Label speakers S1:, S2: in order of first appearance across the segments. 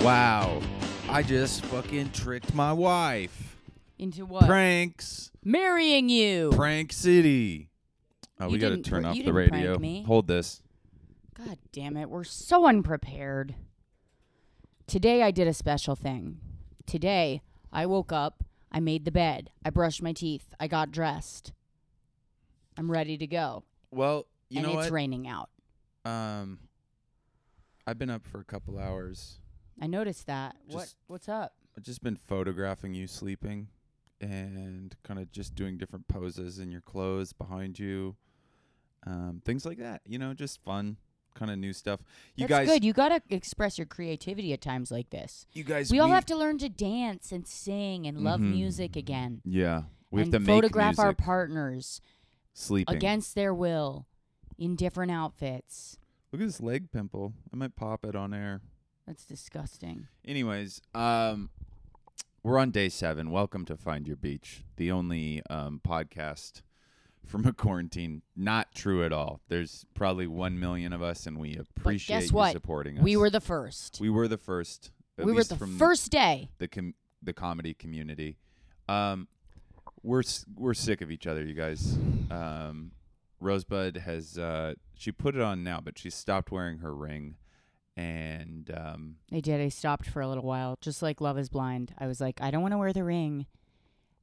S1: Wow. I just fucking tricked my wife.
S2: Into what?
S1: Pranks.
S2: Marrying you.
S1: Prank City. Oh,
S2: You
S1: we got to
S2: didn't
S1: turn
S2: pr-
S1: off
S2: you
S1: the
S2: didn't prank
S1: radio.
S2: me.
S1: Hold this.
S2: God damn it. We're so unprepared. Today I did a special thing. Today I woke up, I made the bed, I brushed my teeth, I got dressed. I'm ready to go.
S1: Well, you
S2: and
S1: know
S2: it's
S1: what?
S2: raining out.
S1: Um, I've been up for a couple hours.
S2: I noticed that. what
S1: Just-
S2: what's up?
S1: I've just been photographing you sleeping and kind of just doing different poses in your clothes behind you. Um, things like that. You know, just fun, kind of new stuff. You
S2: That's
S1: guys
S2: good. You gotta express your creativity at times like this.
S1: you guys
S2: We all
S1: meet-
S2: have to learn to dance and sing and love
S1: Mhm.
S2: music again.
S1: Yeah. We have
S2: and
S1: to make
S2: photograph our
S1: music.
S2: partners
S1: sleeping.
S2: against their will in different outfits.
S1: Look at this leg pimple. I might pop it on air.
S2: That's disgusting.
S1: Anyways, um, we're on day seven. Welcome to Find Your Beach, the only um, podcast from a quarantine. Not true at all. There's probably one million of us, and we appreciate
S2: guess
S1: you
S2: what?
S1: supporting us.
S2: We were the first.
S1: we were the first. at
S2: We were
S1: least
S2: the
S1: from
S2: first day.
S1: the com- the comedy community. Um, we're s- we're sick of each other, you guys. Um, Rosebud has uh, she put it on now, but she stopped wearing her ring, and um,
S2: I did. I stopped for a little while, just like Love is Blind. I was like, I don't want to wear the ring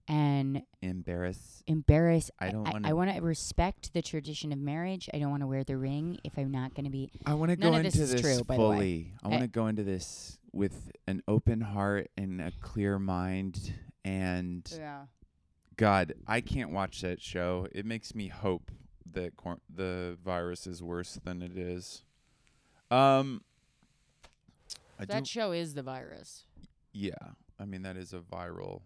S2: and
S1: embarrass.
S2: embarrass.
S1: I don't
S2: I,
S1: wanna-
S2: I want to respect the tradition of marriage. I don't want to wear the ring if I'm not going to be.
S1: I want to
S2: None
S1: go
S2: of this
S1: into
S2: is
S1: this
S2: true, by the way.
S1: fully. I
S2: Eh.
S1: want to go into this with an open heart and a clear mind. And
S2: Yeah.
S1: God, I can't watch that show. It makes me hope that cor- the virus is worse than it is. Um, I do,
S2: show is the virus.
S1: yeah. I mean, that is a viral,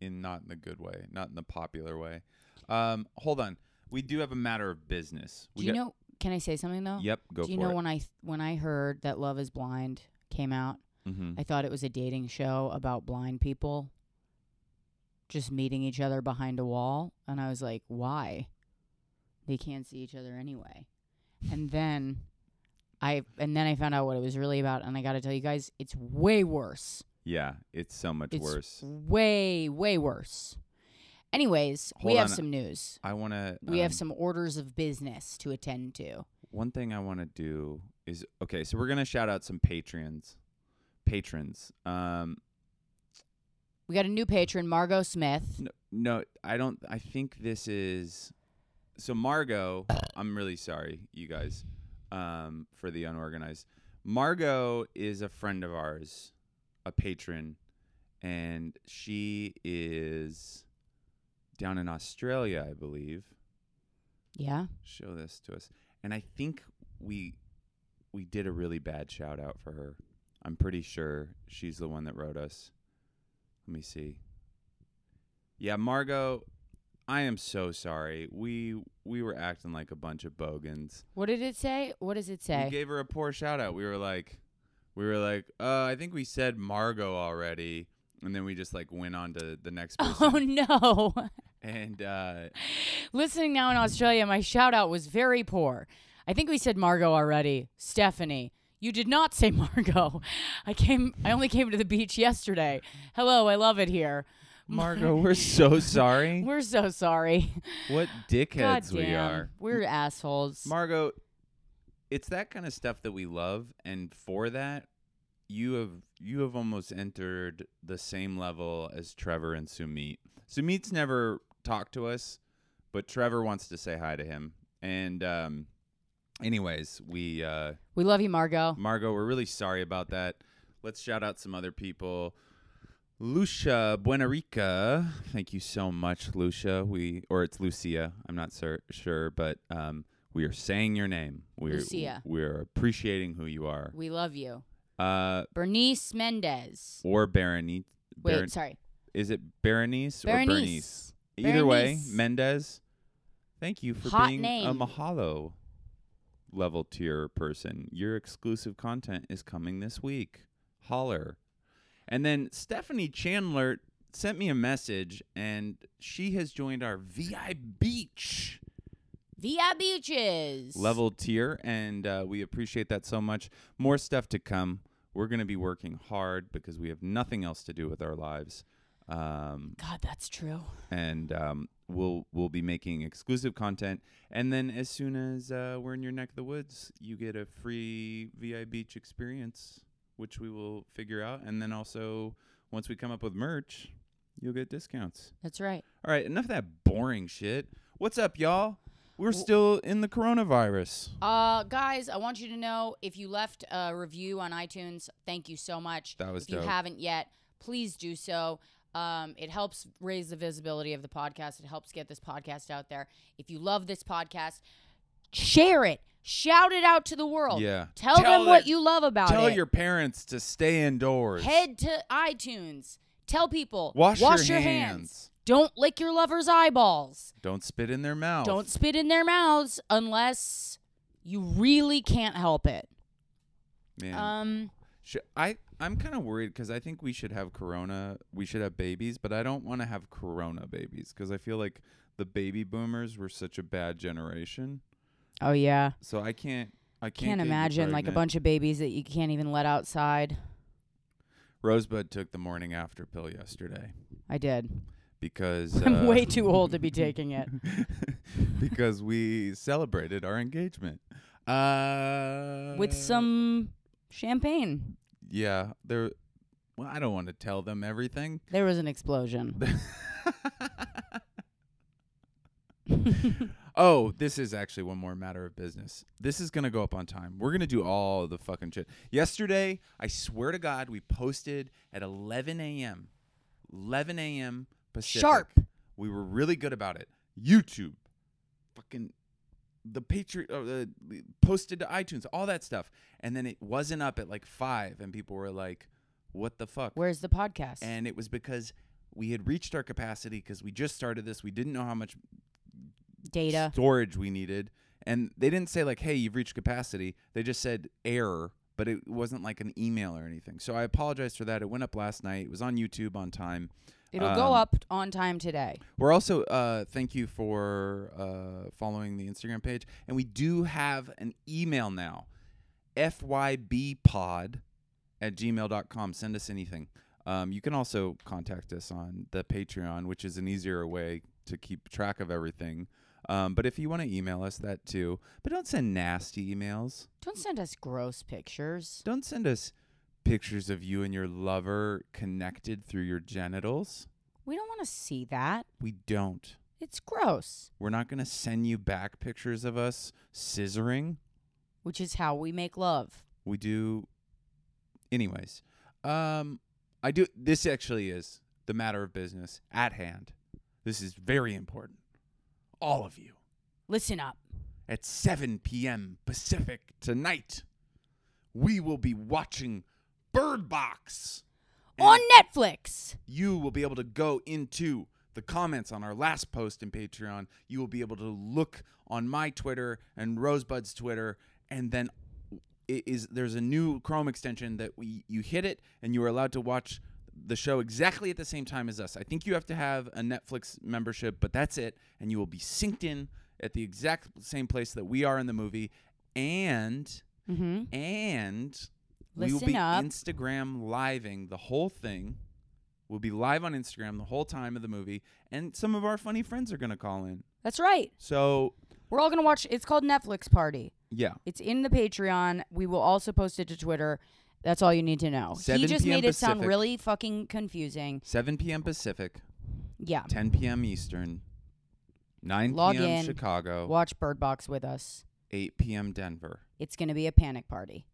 S1: in not in the good way, not in the popular way. Um, hold on, we do have a matter of business.
S2: Do
S1: We
S2: you
S1: got- Oh,
S2: know? Can I say something though?
S1: Yep, go
S2: Do you
S1: for
S2: know
S1: it.
S2: when I when I heard that Love is Blind came out,
S1: mm-hmm.
S2: I thought it was a dating show about blind people just meeting each other behind a wall. And I was like, why? They can't see each other anyway. And then I and then I found out what it was really about and I gotta tell you guys, it's way worse.
S1: yeah, it's so much
S2: It's
S1: worse.
S2: Way, way worse. Anyways, we
S1: Hold
S2: have
S1: on.
S2: some news.
S1: I um, want to.
S2: We have some orders of business to attend to.
S1: One thing I want to do is okay. So we're gonna shout out some patrons, patrons. Um,
S2: We got a new patron, Margot Smith.
S1: No, no, I don't. I think this is. So Margot, I'm really sorry, you guys, um, for the unorganized. Margot is a friend of ours, a patron, and she is down in Australia, I believe.
S2: Yeah.
S1: Show this to us, and I think we we did a really bad shout out for her. I'm pretty sure she's the one that wrote us. Let me see. Yeah, Margot, I am so sorry. We we were acting like a bunch of bogans.
S2: What did it say? What does it
S1: We
S2: say?
S1: gave her a poor shout out. We were like we were like, uh, I think we said Margot already. And then we just like went on to the next person.
S2: Oh no.
S1: And uh
S2: Listening now in Australia, my shout out was very poor. I think we said Margot already. Stephanie, you did not say Margot. I came I only came to the beach yesterday. Hello, I love it here.
S1: Margot, we're so sorry.
S2: We're so sorry.
S1: what
S2: God
S1: dickheads we
S2: damn.
S1: are.
S2: We're assholes.
S1: Margot, it's that kind of stuff that we love, and for that, you have you have almost entered the same level as Trevor and Sumit. Sumit's never talked to us, but Trevor wants to say hi to him. And um, anyways, we uh,
S2: we love you, Margot.
S1: Margot, we're really sorry about that. Let's shout out some other people. Lucia Buenarica, thank you so much, Lucia. We or it's Lucia. I'm not sur- sure, but um, we are saying your name. We're,
S2: Lucia.
S1: We're appreciating who you are.
S2: We love you.
S1: Uh,
S2: Bernice Mendez.
S1: or Berenice.
S2: Wait,
S1: Beren-
S2: sorry.
S1: is it Berenice, or Bernice?
S2: Bernice.
S1: Either way,
S2: Bernice.
S1: Mendez. Thank you for
S2: Hot
S1: being a
S2: name.
S1: Mahalo level tier person. Your exclusive content is coming this week. Holler. And then Stephanie Chandler sent me a message and she has joined our VI Beach
S2: Via Beaches.
S1: level tier and uh, we appreciate that so much. More stuff to come. We're going to be working hard because we have nothing else to do with our lives. Um,
S2: God, that's true.
S1: and um, we'll we'll be making exclusive content. And then as soon as uh, we're in your neck of the woods, you get a free VI Beach experience, which we will figure out. And then also, once we come up with merch, you'll get discounts.
S2: That's right.
S1: All right, enough of that boring shit. What's up, y'all? We're
S2: W-
S1: still in the coronavirus.
S2: Uh, guys, I want you to know if you left a review on iTunes, thank you so much.
S1: That was
S2: if you
S1: dope.
S2: haven't yet, please do so. Um, it helps raise the visibility of the podcast. It helps get this podcast out there. If you love this podcast, share it. Shout it out to the world.
S1: Yeah.
S2: Tell,
S1: Tell
S2: them what
S1: it.
S2: you love about
S1: Tell
S2: it.
S1: your parents to stay indoors.
S2: Head to iTunes. Tell people
S1: Wash your
S2: hands.
S1: hands.
S2: Don't lick your lover's eyeballs.
S1: Don't spit in their mouth.
S2: Don't spit in their mouths unless you really can't help it.
S1: Man.
S2: Um,
S1: Sh I I'm kind of worried because I think we should have corona. We should have babies, but I don't want to have corona babies because I feel like the baby boomers were such a bad generation.
S2: oh yeah.
S1: So I can't. I can't,
S2: Can't
S1: get you
S2: imagine like a
S1: pregnant.
S2: bunch of babies that you can't even let outside.
S1: Rosebud took the morning after pill yesterday
S2: I did.
S1: because
S2: I'm
S1: uh,
S2: way too old to be taking it.
S1: because we celebrated our engagement uh,
S2: With some champagne.
S1: Yeah, there. Well, I don't want to tell them everything.
S2: There was an explosion.
S1: oh, this is actually one more matter of business. This is going to go up on time. We're going to do all the fucking shit. Yesterday, I swear to God, we posted at 11 a.m. 11 a.m. Pacific.
S2: Sharp.
S1: We were really good about it. YouTube, fucking the Patriot, uh, the the- posted to iTunes, all that stuff. And then it wasn't up at like 5, and people were like, what the fuck?
S2: Where's the podcast?
S1: and it was because we had reached our capacity because we just started this. We didn't know how much
S2: Data.
S1: storage we needed, and they didn't say like, "Hey, you've reached capacity." They just said error, but it wasn't like an email or anything. So I apologize for that. It went up last night. It was on YouTube on time.
S2: It'll go
S1: um,
S2: up on time today.
S1: We're also uh, thank you for uh, following the Instagram page, and we do have an email now, fybpod at gmail.com. Send us anything. Um, you can also contact us on the Patreon, which is an easier way to keep track of everything. Um, but if you want to email us, that too. But don't send nasty emails.
S2: Don't send us gross pictures.
S1: Don't send us pictures of you and your lover connected through your genitals.
S2: We don't want to see that.
S1: We don't.
S2: It's gross,
S1: We're not going to send you back pictures of us scissoring.
S2: which is how we make love.
S1: We do anyways. Um I do this actually is the matter of business at hand. This is very important. All of you
S2: Listen up.
S1: at 7 p.m. Pacific tonight, we will be watching Bird Box. And
S2: On Netflix.
S1: you will be able to go into the comments on our last post in Patreon. You will be able to look on my Twitter and Rosebud's Twitter, and then it is there's a new Chrome extension that we you hit it and you are allowed to watch the show exactly at the same time as us. I think you have to have a Netflix membership, but that's it, and you will be synced in at the exact same place that we are in the movie, and
S2: Mm-hmm.
S1: and we will
S2: Listen
S1: be
S2: up.
S1: Instagram living the whole thing. We'll be live on Instagram the whole time of the movie, and some of our funny friends are gonna call in.
S2: That's right.
S1: So
S2: We're all going to watch. It's called Netflix Party.
S1: yeah,
S2: It's in the Patreon. We will also post it to Twitter. That's all you need to know. He
S1: 7
S2: just
S1: p.m.
S2: made it sound
S1: Pacific.
S2: really fucking confusing.
S1: 7 p.m. Pacific,
S2: Yeah.
S1: 10 p.m. Eastern, 9
S2: Log
S1: p.m.
S2: in.
S1: Chicago,
S2: Watch Bird Box with us.
S1: 8 p.m. Denver.
S2: It's going to be a panic party.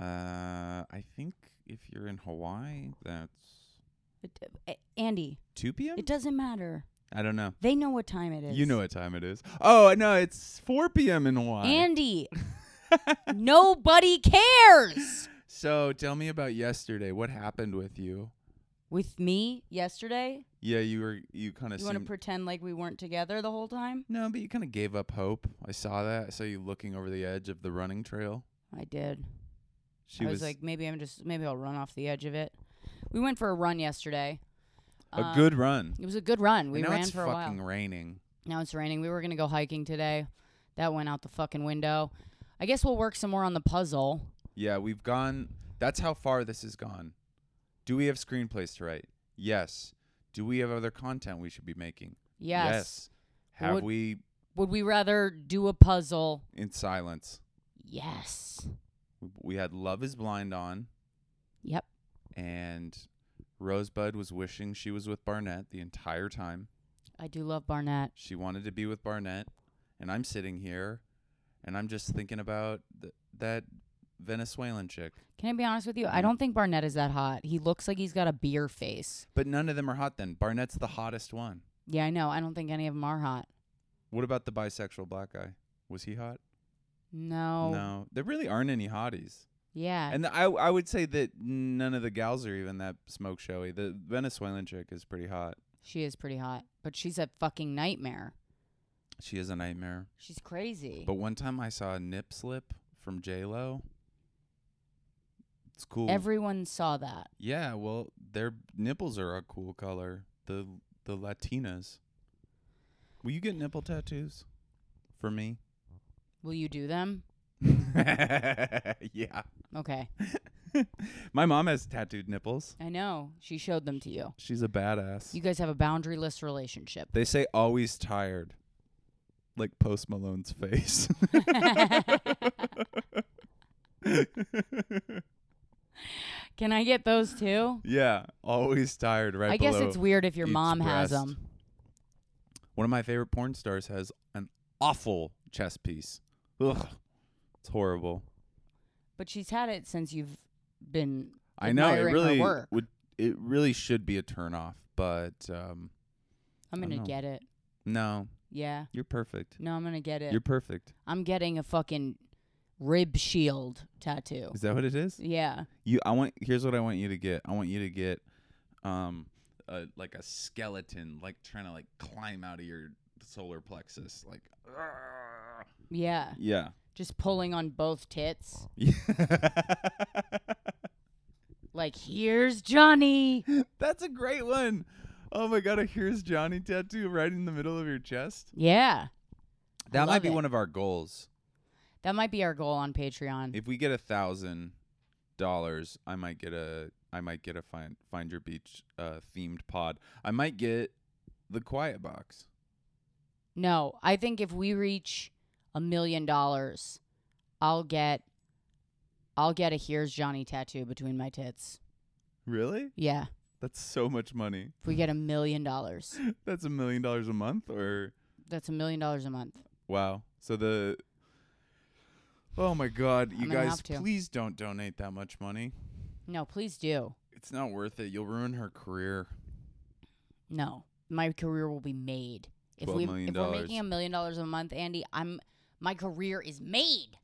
S1: Uh, I think if you're in Hawaii, that's
S2: It- uh, A- Andy,
S1: 2 p.m.
S2: it doesn't matter.
S1: I don't know.
S2: They know what time it is.
S1: You know what time it is. Oh no, it's 4 p.m. in Hawaii.
S2: Andy, nobody cares.
S1: so tell me about yesterday. What happened with you?
S2: With me yesterday,
S1: Yeah, you were you kind of
S2: you want to
S1: seemed
S2: pretend like we weren't together the whole time?
S1: no, but you kind of gave up hope. I saw that. I saw you looking over the edge of the running trail.
S2: I did.
S1: She
S2: I was, like, maybe I'm just, maybe I'll run off the edge of it. We went for a run yesterday.
S1: a
S2: Um,
S1: good run.
S2: It was a good run. We
S1: and now
S2: ran
S1: it's
S2: for a
S1: fucking
S2: while.
S1: raining.
S2: Now it's raining. We were gonna go hiking today. That went out the fucking window. I guess we'll work some more on the puzzle.
S1: Yeah, we've gone. That's how far this has gone. Do we have screenplays to write? Yes. Do we have other content we should be making?
S2: Yes.
S1: Have
S2: Would-
S1: we
S2: Would we rather do a puzzle?
S1: in silence?
S2: Yes.
S1: We- We had Love is Blind on,
S2: Yep.
S1: and Rosebud was wishing she was with Barnett the entire time.
S2: I do love Barnett.
S1: She wanted to be with Barnett, and I'm sitting here, and I'm just thinking about th- that Venezuelan chick.
S2: Can I be honest with you?
S1: Mm.
S2: I don't think Barnett is that hot. He looks like he's got a beer face.
S1: But none of them are hot then. Barnett's the hottest one.
S2: Yeah, I know. I don't think any of them are hot.
S1: What about the bisexual black guy? Was he hot?
S2: No.
S1: No, there really aren't any hotties.
S2: Yeah.
S1: And I I would say that none of the gals are even that smoke showy. The Venezuelan chick is pretty hot.
S2: she is pretty hot, but she's a fucking nightmare.
S1: She is a nightmare.
S2: She's crazy.
S1: But one time I saw a nip slip from J Lo. It's cool.
S2: Everyone saw that.
S1: yeah, well, their nipples are a cool color. The the Latinas. Will you get nipple tattoos for me?
S2: Will you do them?
S1: yeah.
S2: Okay.
S1: My mom has tattooed nipples.
S2: I know. She showed them to you.
S1: She's a badass.
S2: You guys have a boundaryless relationship.
S1: They say always tired. Like Post Malone's face.
S2: Can I get those too?
S1: yeah, always tired right
S2: I guess
S1: below.
S2: it's weird if your
S1: each
S2: mom has
S1: breast.
S2: 'em.
S1: One of my favorite porn stars has an awful chest piece. Ugh. It's horrible.
S2: but she's had it since you've been.
S1: I know it
S2: Admiring her
S1: really
S2: work.
S1: would it really should be a turn off, but um
S2: I'm
S1: I
S2: gonna
S1: know.
S2: get it.
S1: no,
S2: Yeah.
S1: you're perfect.
S2: No, I'm gonna get it.
S1: You're perfect.
S2: I'm getting a fucking rib shield tattoo.
S1: Is that what it is?
S2: Yeah.
S1: You I want here's what I want you to get. I want you to get um a, like a skeleton like trying to like climb out of your solar plexus like "Argh."
S2: Yeah.
S1: Yeah.
S2: Just pulling on both tits. Like, here's Johnny.
S1: That's a great one. Oh my god, a here's Johnny tattoo right in the middle of your chest.
S2: Yeah.
S1: That might
S2: love
S1: be
S2: it.
S1: one of our goals.
S2: That might be our goal on Patreon.
S1: If we get a thousand dollars, I might get a I might get a find find your beach uh themed pod. I might get the quiet box.
S2: No, I think if we reach a million dollars, I'll get I'll get a here's Johnny tattoo between my tits.
S1: Really?
S2: Yeah.
S1: That's so much money.
S2: If we get a million dollars.
S1: That's a million dollars a month or
S2: That's a million dollars a month.
S1: wow. So the Oh my god, you
S2: gonna
S1: guys
S2: have to.
S1: please don't donate that much money.
S2: No, please do.
S1: It's not worth it. You'll ruin her career.
S2: No. My career will be made. If
S1: $12
S2: we
S1: million
S2: if we're
S1: dollars.
S2: making a million dollars a month, Andy, I'm my career is made.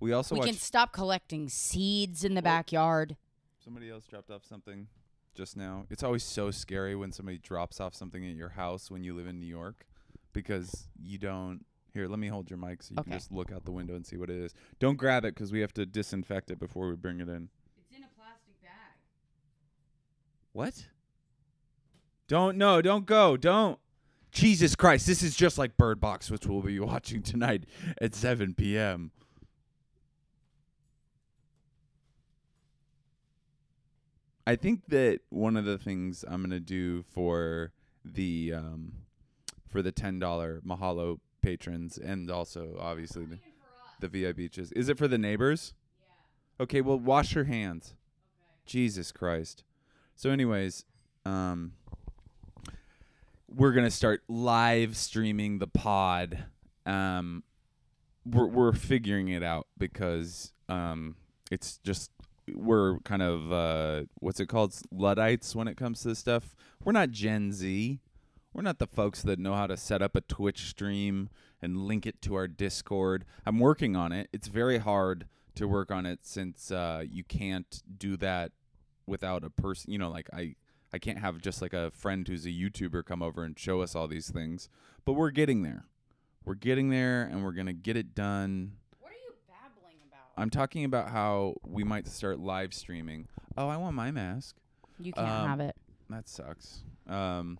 S1: We also
S2: we
S1: watch
S2: can stop collecting seeds in the
S1: Well-
S2: backyard.
S1: somebody else dropped off something just now. It's always so scary when somebody drops off something at your house when you live in New York because you don't here, let me hold your mic so you
S2: Okay.
S1: can just look out the window and see what it is. Don't grab it because we have to disinfect it before we bring it in.
S2: It's in a plastic bag.
S1: What? Don't no, don't go. Don't. Jesus Christ, this is just like Bird Box, which we'll be watching tonight at 7 p.m. I think that one of the things I'm gonna do for the um, for the ten dollar Mahalo patrons, and also obviously the, the VI beaches, is it for the neighbors? Yeah. Okay, well, wash your hands. Jesus Christ. So, anyways, um, we're gonna start live streaming the pod. Um, we're we're figuring it out because um, it's just we're kind of uh, what's it called luddites when it comes to this stuff. We're not Gen Z. We're not the folks that know how to set up a Twitch stream and link it to our Discord. I'm working on it. It's very hard to work on it since uh, you can't do that without a person you know like i i can't have just like a friend who's a youtuber come over and show us all these things but we're getting there we're getting there and we're gonna get it done
S2: What are you babbling about?
S1: i'm talking about how we might start live streaming oh i want my mask
S2: You can't
S1: um,
S2: have it.
S1: that sucks um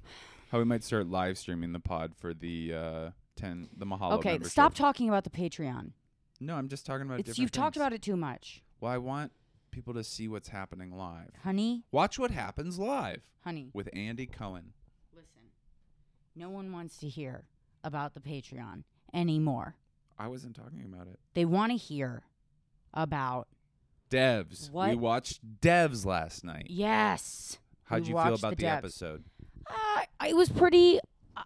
S1: how we might start live streaming the pod for the uh 10 the mahalo
S2: Okay,
S1: membership.
S2: stop talking about the Patreon.
S1: no i'm just talking about
S2: It's
S1: different
S2: you've talked
S1: things.
S2: about it too much.
S1: well i want people to see what's happening live.
S2: Honey,
S1: Watch what happens live
S2: honey,
S1: with Andy Cohen.
S2: listen. No one wants to hear about the Patreon anymore.
S1: I wasn't talking about it.
S2: They want to hear about
S1: Devs. We
S2: What?
S1: watched Devs last night.
S2: yes.
S1: How'd you
S2: We
S1: feel
S2: watched
S1: about
S2: the
S1: the,
S2: Devs.
S1: episode?
S2: Uh, it was pretty. Uh,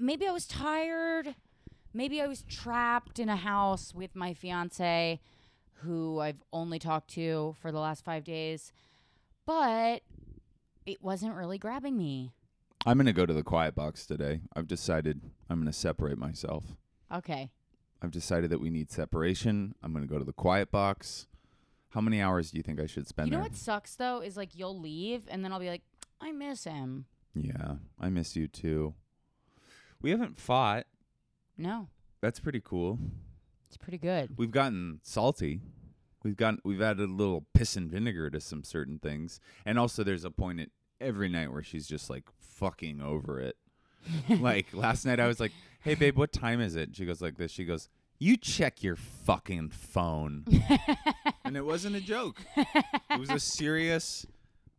S2: maybe I was tired. Maybe I was trapped in a house with my fiance, who I've only talked to for the last five days. But it wasn't really grabbing me.
S1: I'm gonna go to the quiet box today. I've decided I'm gonna separate myself.
S2: Okay.
S1: I've decided that we need separation. I'm gonna go to the quiet box. How many hours do you think I should spend
S2: you know
S1: there?
S2: what sucks though is like you'll leave and then I'll be like, I miss him.
S1: Yeah, I miss you too. We haven't fought.
S2: No,
S1: That's pretty cool.
S2: it's pretty good.
S1: We've gotten salty. We've gotten we've added a little piss and vinegar to some certain things. And also there's a point at every night where she's just like fucking over it. like last night I was like, "Hey babe, what time is it?" And she goes like this. She goes, "You check your fucking phone." and it wasn't a joke. It was a serious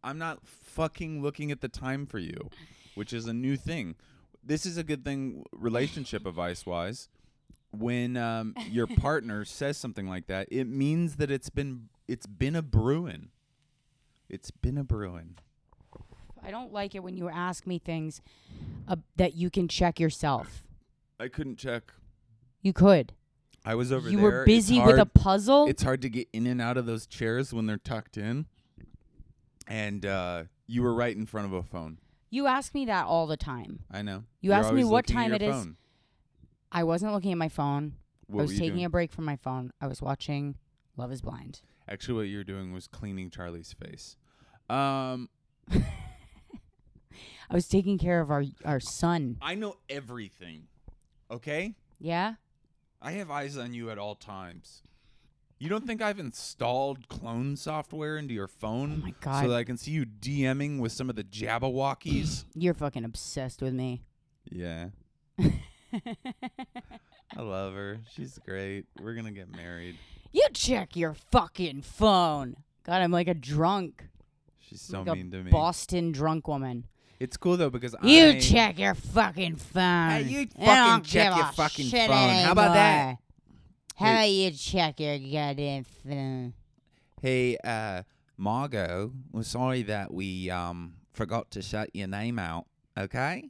S1: I'm not fucking looking at the time for you, which is a new thing. This is a good thing relationship advice wise. When um, your partner says something like that, it means that it's been it's been a brewing. It's been a brewing.
S2: I don't like it when you ask me things uh, that you can check yourself.
S1: I couldn't check.
S2: You could.
S1: I was over
S2: you
S1: there.
S2: were busy
S1: it's
S2: with a
S1: hard-
S2: puzzle.
S1: It's hard to get in and out of those chairs when they're tucked in. And uh, you were right in front of a phone.
S2: You ask me that all the time.
S1: I know.
S2: You
S1: You're
S2: asked me
S1: always
S2: what
S1: looking at
S2: time
S1: your
S2: it is.
S1: phone.
S2: I wasn't looking at my phone.
S1: What
S2: I was
S1: were you
S2: taking
S1: doing?
S2: a break from my phone. I was watching Love is Blind.
S1: Actually, what you were doing was cleaning Charlie's face. Um,
S2: I was taking care of our our son.
S1: I know everything. Okay,
S2: Yeah?
S1: I have eyes on you at all times. You don't think I've installed clone software into your phone?
S2: Oh my God.
S1: So that I can see you DMing with some of the Jabberwockies.
S2: You're fucking obsessed with me.
S1: yeah, I love her. She's great. We're gonna get married.
S2: you check your fucking phone. God, I'm like a drunk.
S1: She's so
S2: like
S1: mean
S2: a
S1: to me.
S2: Boston drunk woman.
S1: It's cool though because I
S2: You check your fucking phone.
S1: Hey, you
S2: I don't
S1: fucking check
S2: give
S1: your
S2: a
S1: fucking
S2: shit
S1: phone. How about that?
S2: anymore. How about you check your goddamn phone?
S1: Hey, uh, Margot, we're sorry that we um forgot to shut your name out. Okay,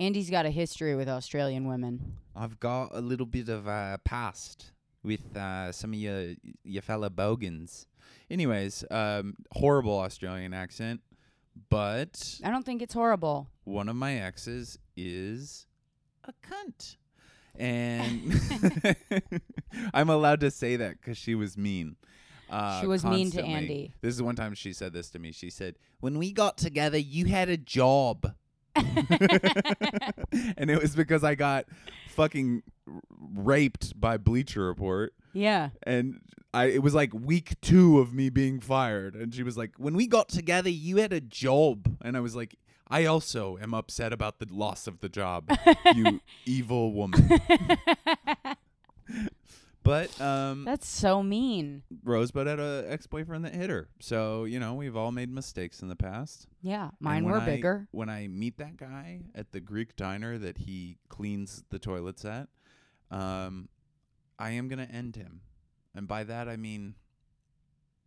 S2: Andy's got a history with Australian women.
S1: I've got a little bit of uh, past with uh, some of your your fellow bogans. Anyways, um, horrible Australian accent, but
S2: I don't think it's horrible.
S1: one of my exes is a cunt, and I'm allowed to say that because she was mean. Uh,
S2: She was mean to
S1: constantly.
S2: Andy.
S1: This is one time she said this to me. She said, "When we got together, you had a job." and it was because I got fucking r- raped by Bleacher Report
S2: Yeah.
S1: and I it was like week 2 of me being fired and she was like, "When we got together, you had a job." And I was like, "I also am upset about the loss of the job, you evil woman." But um
S2: That's so mean.
S1: Rosebud had a ex-boyfriend that hit her. So, you know, we've all made mistakes in the past.
S2: Yeah.
S1: And
S2: Mine
S1: when
S2: were
S1: I-
S2: bigger.
S1: When I meet that guy at the Greek diner that he cleans the toilets at, um, I am going to end him. And by that, I mean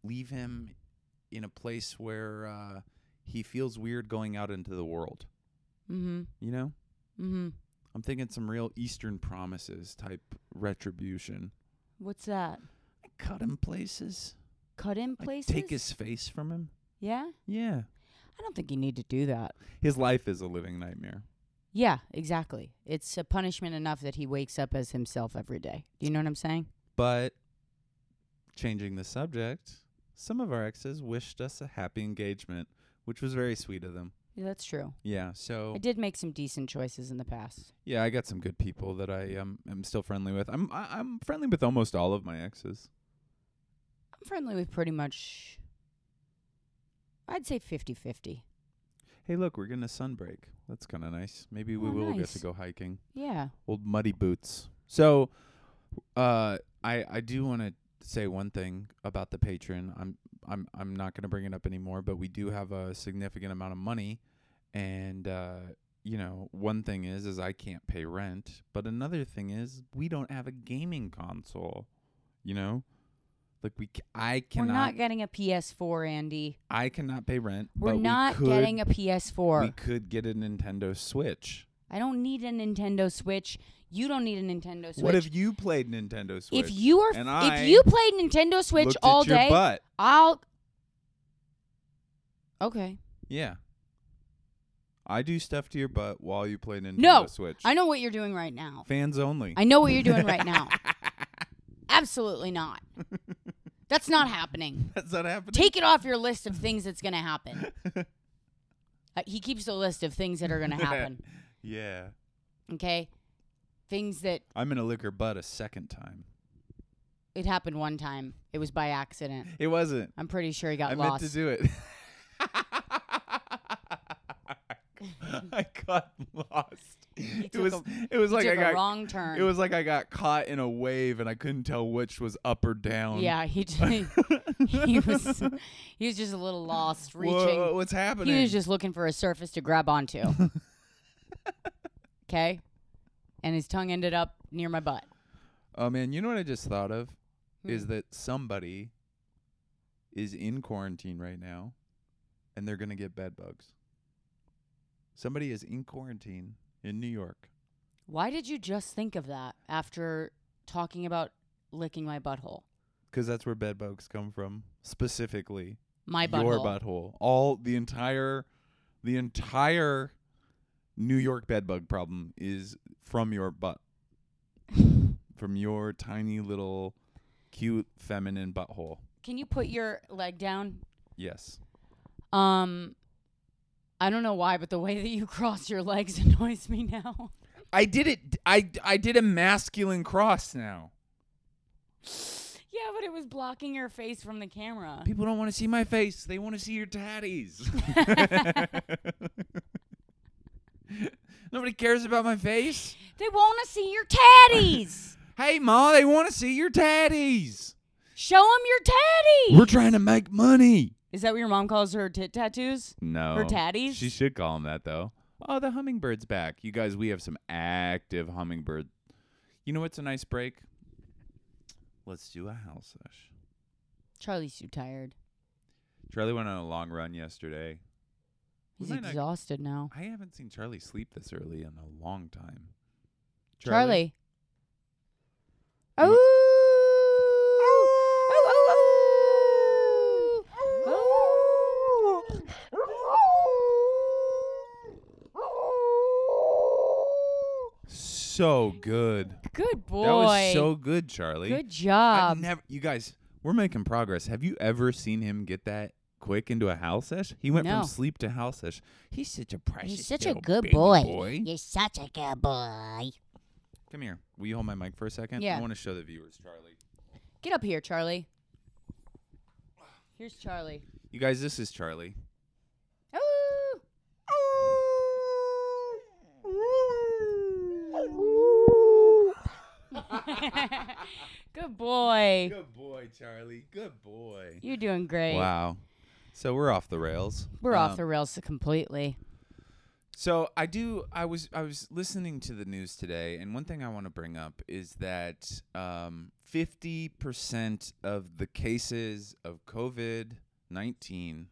S1: leave him in a place where uh, he feels weird going out into the world.
S2: Mm-hmm.
S1: You know?
S2: Mm-hmm.
S1: I'm thinking some real Eastern promises type retribution.
S2: What's that?
S1: I cut him places.
S2: Cut in
S1: I
S2: places?
S1: take his face from him.
S2: Yeah?
S1: Yeah.
S2: I don't think you need to do that.
S1: His life is a living nightmare.
S2: Yeah, exactly. It's a punishment enough that he wakes up as himself every day. Do you know what I'm saying?
S1: But changing the subject, some of our exes wished us a happy engagement, which was very sweet of them.
S2: Yeah, that's true.
S1: Yeah, so
S2: I did make some decent choices in the past.
S1: yeah, I got some good people that I um, am still friendly with. I'm I, I'm friendly with almost all of my exes.
S2: I'm friendly with pretty much, I'd say 50 50.
S1: Hey, look, we're getting a sunbreak. That's kind of nice. Maybe we
S2: Oh,
S1: will get
S2: nice.
S1: to go hiking.
S2: Yeah.
S1: Old muddy boots. So, uh, I I do want to say one thing about the patron. I'm I'm I'm not going to bring it up anymore, but we do have a significant amount of money, and uh, you know, one thing is is I can't pay rent, but another thing is we don't have a gaming console. You know, like we c- I
S2: We're
S1: cannot
S2: not getting a PS4, Andy.
S1: I cannot pay rent.
S2: We're
S1: but
S2: not
S1: we could,
S2: getting a PS4.
S1: We could get a Nintendo Switch.
S2: I don't need a Nintendo Switch. You don't need a Nintendo Switch.
S1: What if you played Nintendo Switch?
S2: If you are,
S1: and
S2: f-
S1: I
S2: if you played Nintendo Switch
S1: looked at
S2: all
S1: your
S2: day,
S1: butt,
S2: I'll. Okay,
S1: Yeah. I do stuff to your butt while you play Nintendo
S2: No,
S1: Switch.
S2: I know what you're doing right now.
S1: Fans only.
S2: I know what you're doing right now. Absolutely not. That's not happening.
S1: That's not happening.
S2: Take it off your list of things that's going to happen. Uh, he keeps a list of things that are going to happen.
S1: yeah.
S2: Okay, things that
S1: I'm gonna lick her butt a second time.
S2: it happened one time. It was by accident.
S1: It wasn't.
S2: I'm pretty sure he got
S1: I
S2: lost.
S1: meant to do it. I got lost. It
S2: took
S1: was
S2: a-
S1: it was like
S2: Took
S1: I
S2: a
S1: got
S2: wrong turn.
S1: it was like I got caught in a wave and I couldn't tell which was up or down.
S2: Yeah, he j- he was he was just a little lost, reaching.
S1: Whoa, what's happening?
S2: He was just looking for a surface to grab onto. okay, and his tongue ended up near my butt.
S1: Oh man, you know what I just thought of is
S2: Hmm.
S1: that somebody is in quarantine right now and they're going to get bed bugs. Somebody is in quarantine in New York.
S2: Why did you just think of that after talking about licking my butthole?
S1: 'Cause that's where bed bugs come from, specifically
S2: My butthole.
S1: your butthole. All the entire the entire New York bed bug problem is from your butt. from your tiny little cute feminine butthole.
S2: Can you put your leg down?
S1: Yes.
S2: Um, I don't know why, but the way that you cross your legs annoys me now.
S1: I did it. I I did a masculine cross now.
S2: yeah, but it was blocking your face from the camera.
S1: People don't want to see my face. They want to see your tatties. Nobody cares about my face.
S2: They want to see your tatties.
S1: Hey, ma, they want to see your tatties.
S2: Show them your tatties.
S1: We're trying to make money.
S2: Is that what your mom calls her tit tattoos?
S1: No.
S2: Her tatties?
S1: She should call them that though. Oh, the hummingbird's back. You guys, we have some active hummingbird. You know what's a nice break? Let's do a house sesh.
S2: Charlie's too tired.
S1: Charlie went on a long run yesterday. We
S2: He's
S1: might not-
S2: exhausted now.
S1: I haven't seen Charlie sleep this early in a long time.
S2: Charlie.
S1: You wa-
S2: Oh. Oh, oh, oh.
S3: oh,
S2: Oh.
S1: so good.
S2: Good boy.
S1: That was so good, Charlie.
S2: Good
S1: I've
S2: job.
S1: never. You guys, we're making progress. Have you ever seen him get that quick into a house sesh? He went
S2: No.
S1: from sleep to house sesh. He's such a precious.
S3: He's such a
S1: little
S3: good
S1: "Oh, baby
S3: boy.
S1: boy.
S3: You're such a good boy.
S1: Come here. Will you hold my mic for a second?
S2: Yeah.
S1: I want to show the viewers, Charlie.
S2: Get up here, Charlie. Here's Charlie.
S1: You guys, this is Charlie.
S2: Oh. Good boy.
S1: Good boy, Charlie. Good boy.
S2: You're doing great.
S1: Wow. So we're off the rails.
S2: We're
S1: Um,
S2: off the rails completely.
S1: So I do. I was I was listening to the news today, and one thing I want to bring up is that um, fifty percent of the cases of COVID nineteen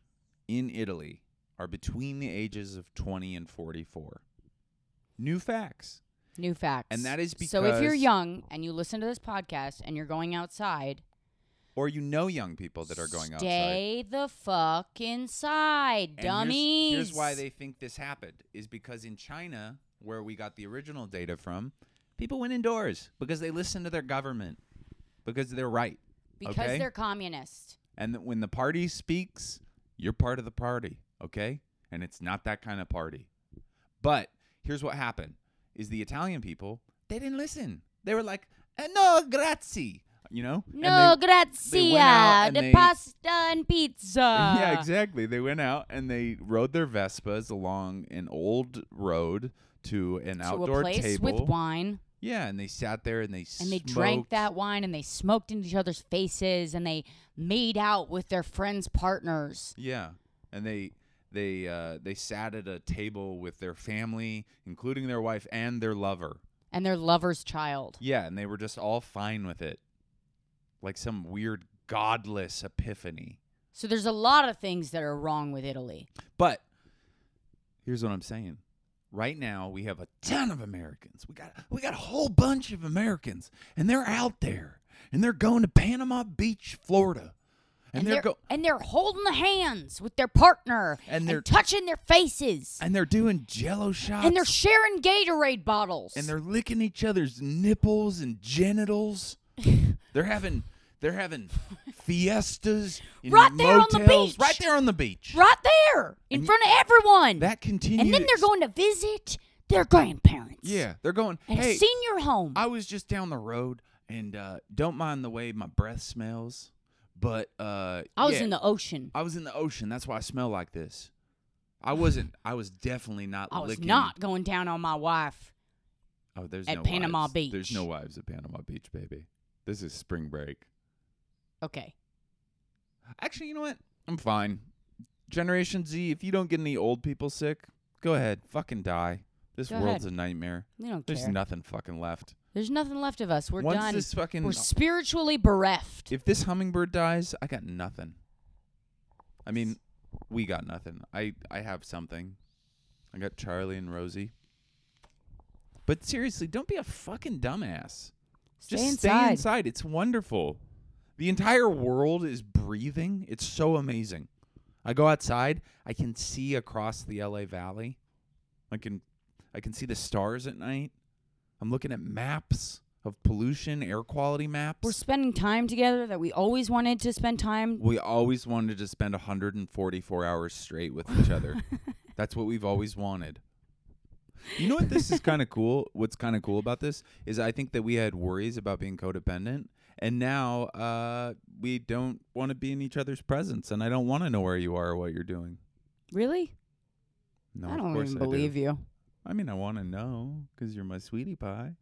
S1: in Italy are between the ages of twenty and forty four. New facts.
S2: New facts.
S1: And that is
S2: So if you're
S1: because-
S2: young and you listen to this podcast and you're going outside,
S1: Or you know young people that are going outside.
S2: stay the fuck inside,
S1: And here's-
S2: dummies.
S1: Here's, why they think this happened is because in China, where we got the original data from, people went indoors because they listened to their government because they're right.
S2: because
S1: okay?
S2: they're communist.
S1: And that when the party speaks, you're part of the party, okay? And it's not that kind of party. But here's what happened is the Italian people, they didn't listen. They were like, "Eh, "No, grazie." You know? And
S2: No,
S1: they- they went out
S2: grazia,
S1: and
S2: the
S1: they-
S2: pasta and pizza. Uh.
S1: yeah, exactly. They went out and they rode their Vespas along an old road to an
S2: To
S1: outdoor
S2: a place
S1: table
S2: with wine.
S1: Yeah, and they sat there and they
S2: and they drank
S1: smoked.
S2: that wine and they smoked in each other's faces and they made out with their friends' partners.
S1: Yeah, and they they uh, they sat at a table with their family, including their wife and their lover.
S2: and their lover's child.
S1: Yeah, and they were just all fine with it, like some weird godless epiphany.
S2: So there's a lot of things that are wrong with Italy.
S1: But here's what I'm saying. Right now we have a ton of Americans. We got we got a whole bunch of Americans and they're out there and they're going to Panama Beach, Florida. And, they're, go-
S2: and they're holding hands with their partner
S1: And
S2: and
S1: they're-
S2: they're touching their faces
S1: and they're doing jello shots
S2: and they're sharing Gatorade bottles.
S1: and they're licking each other's nipples and genitals. they're having they're having fiestas in
S2: Right there on the
S1: motels,
S2: beach.
S1: right there on the beach.
S2: right there in front of everyone.
S1: That continues.
S2: and then they're going to visit their grandparents
S1: Yeah, they're going.
S2: at
S1: Hey,
S2: a senior home.
S1: I was just down the road, and uh, don't mind the way my breath smells, but uh,
S2: I was
S1: yeah,
S2: in the ocean.
S1: I was in the ocean. That's why I smell like this. I wasn't. I was definitely not.
S2: I was
S1: licking-
S2: not going down on my wife.
S1: Oh, there's
S2: at
S1: no
S2: Panama
S1: wives. There's
S2: Beach.
S1: no wives at Panama Beach, baby. This is spring break.
S2: Okay.
S1: Actually, you know what? I'm fine. Generation Z, if you don't get any old people sick, go ahead, fucking die. This
S2: Go
S1: world's
S2: ahead.
S1: a nightmare.
S2: We don't
S1: There's
S2: care.
S1: nothing fucking left.
S2: There's nothing left of us. We're
S1: Once
S2: done.
S1: this fucking
S2: We're spiritually bereft.
S1: if this hummingbird dies, I got nothing. I mean, we got nothing. I I have something. I got Charlie and Rosie. But seriously, don't be a fucking dumbass.
S2: Stay
S1: Just
S2: inside.
S1: stay inside. It's wonderful. The entire world is breathing. It's so amazing. I go outside, I can see across the LA Valley. I can I can see the stars at night. I'm looking at maps of pollution, air quality maps.
S2: We're spending time together that we always wanted to spend time.
S1: We always wanted to spend 144 hours straight with each other. That's what we've always wanted. You know what this is kind of cool? What's kind of cool about this is I think that we had worries about being codependent and now uh, we don't want to be in each other's presence and I don't want to know where you are or what you're doing.
S2: Really?
S1: No,
S2: I
S1: of
S2: don't
S1: course
S2: even
S1: I do.
S2: believe you.
S1: I mean, I want to know cuz you're my sweetie pie.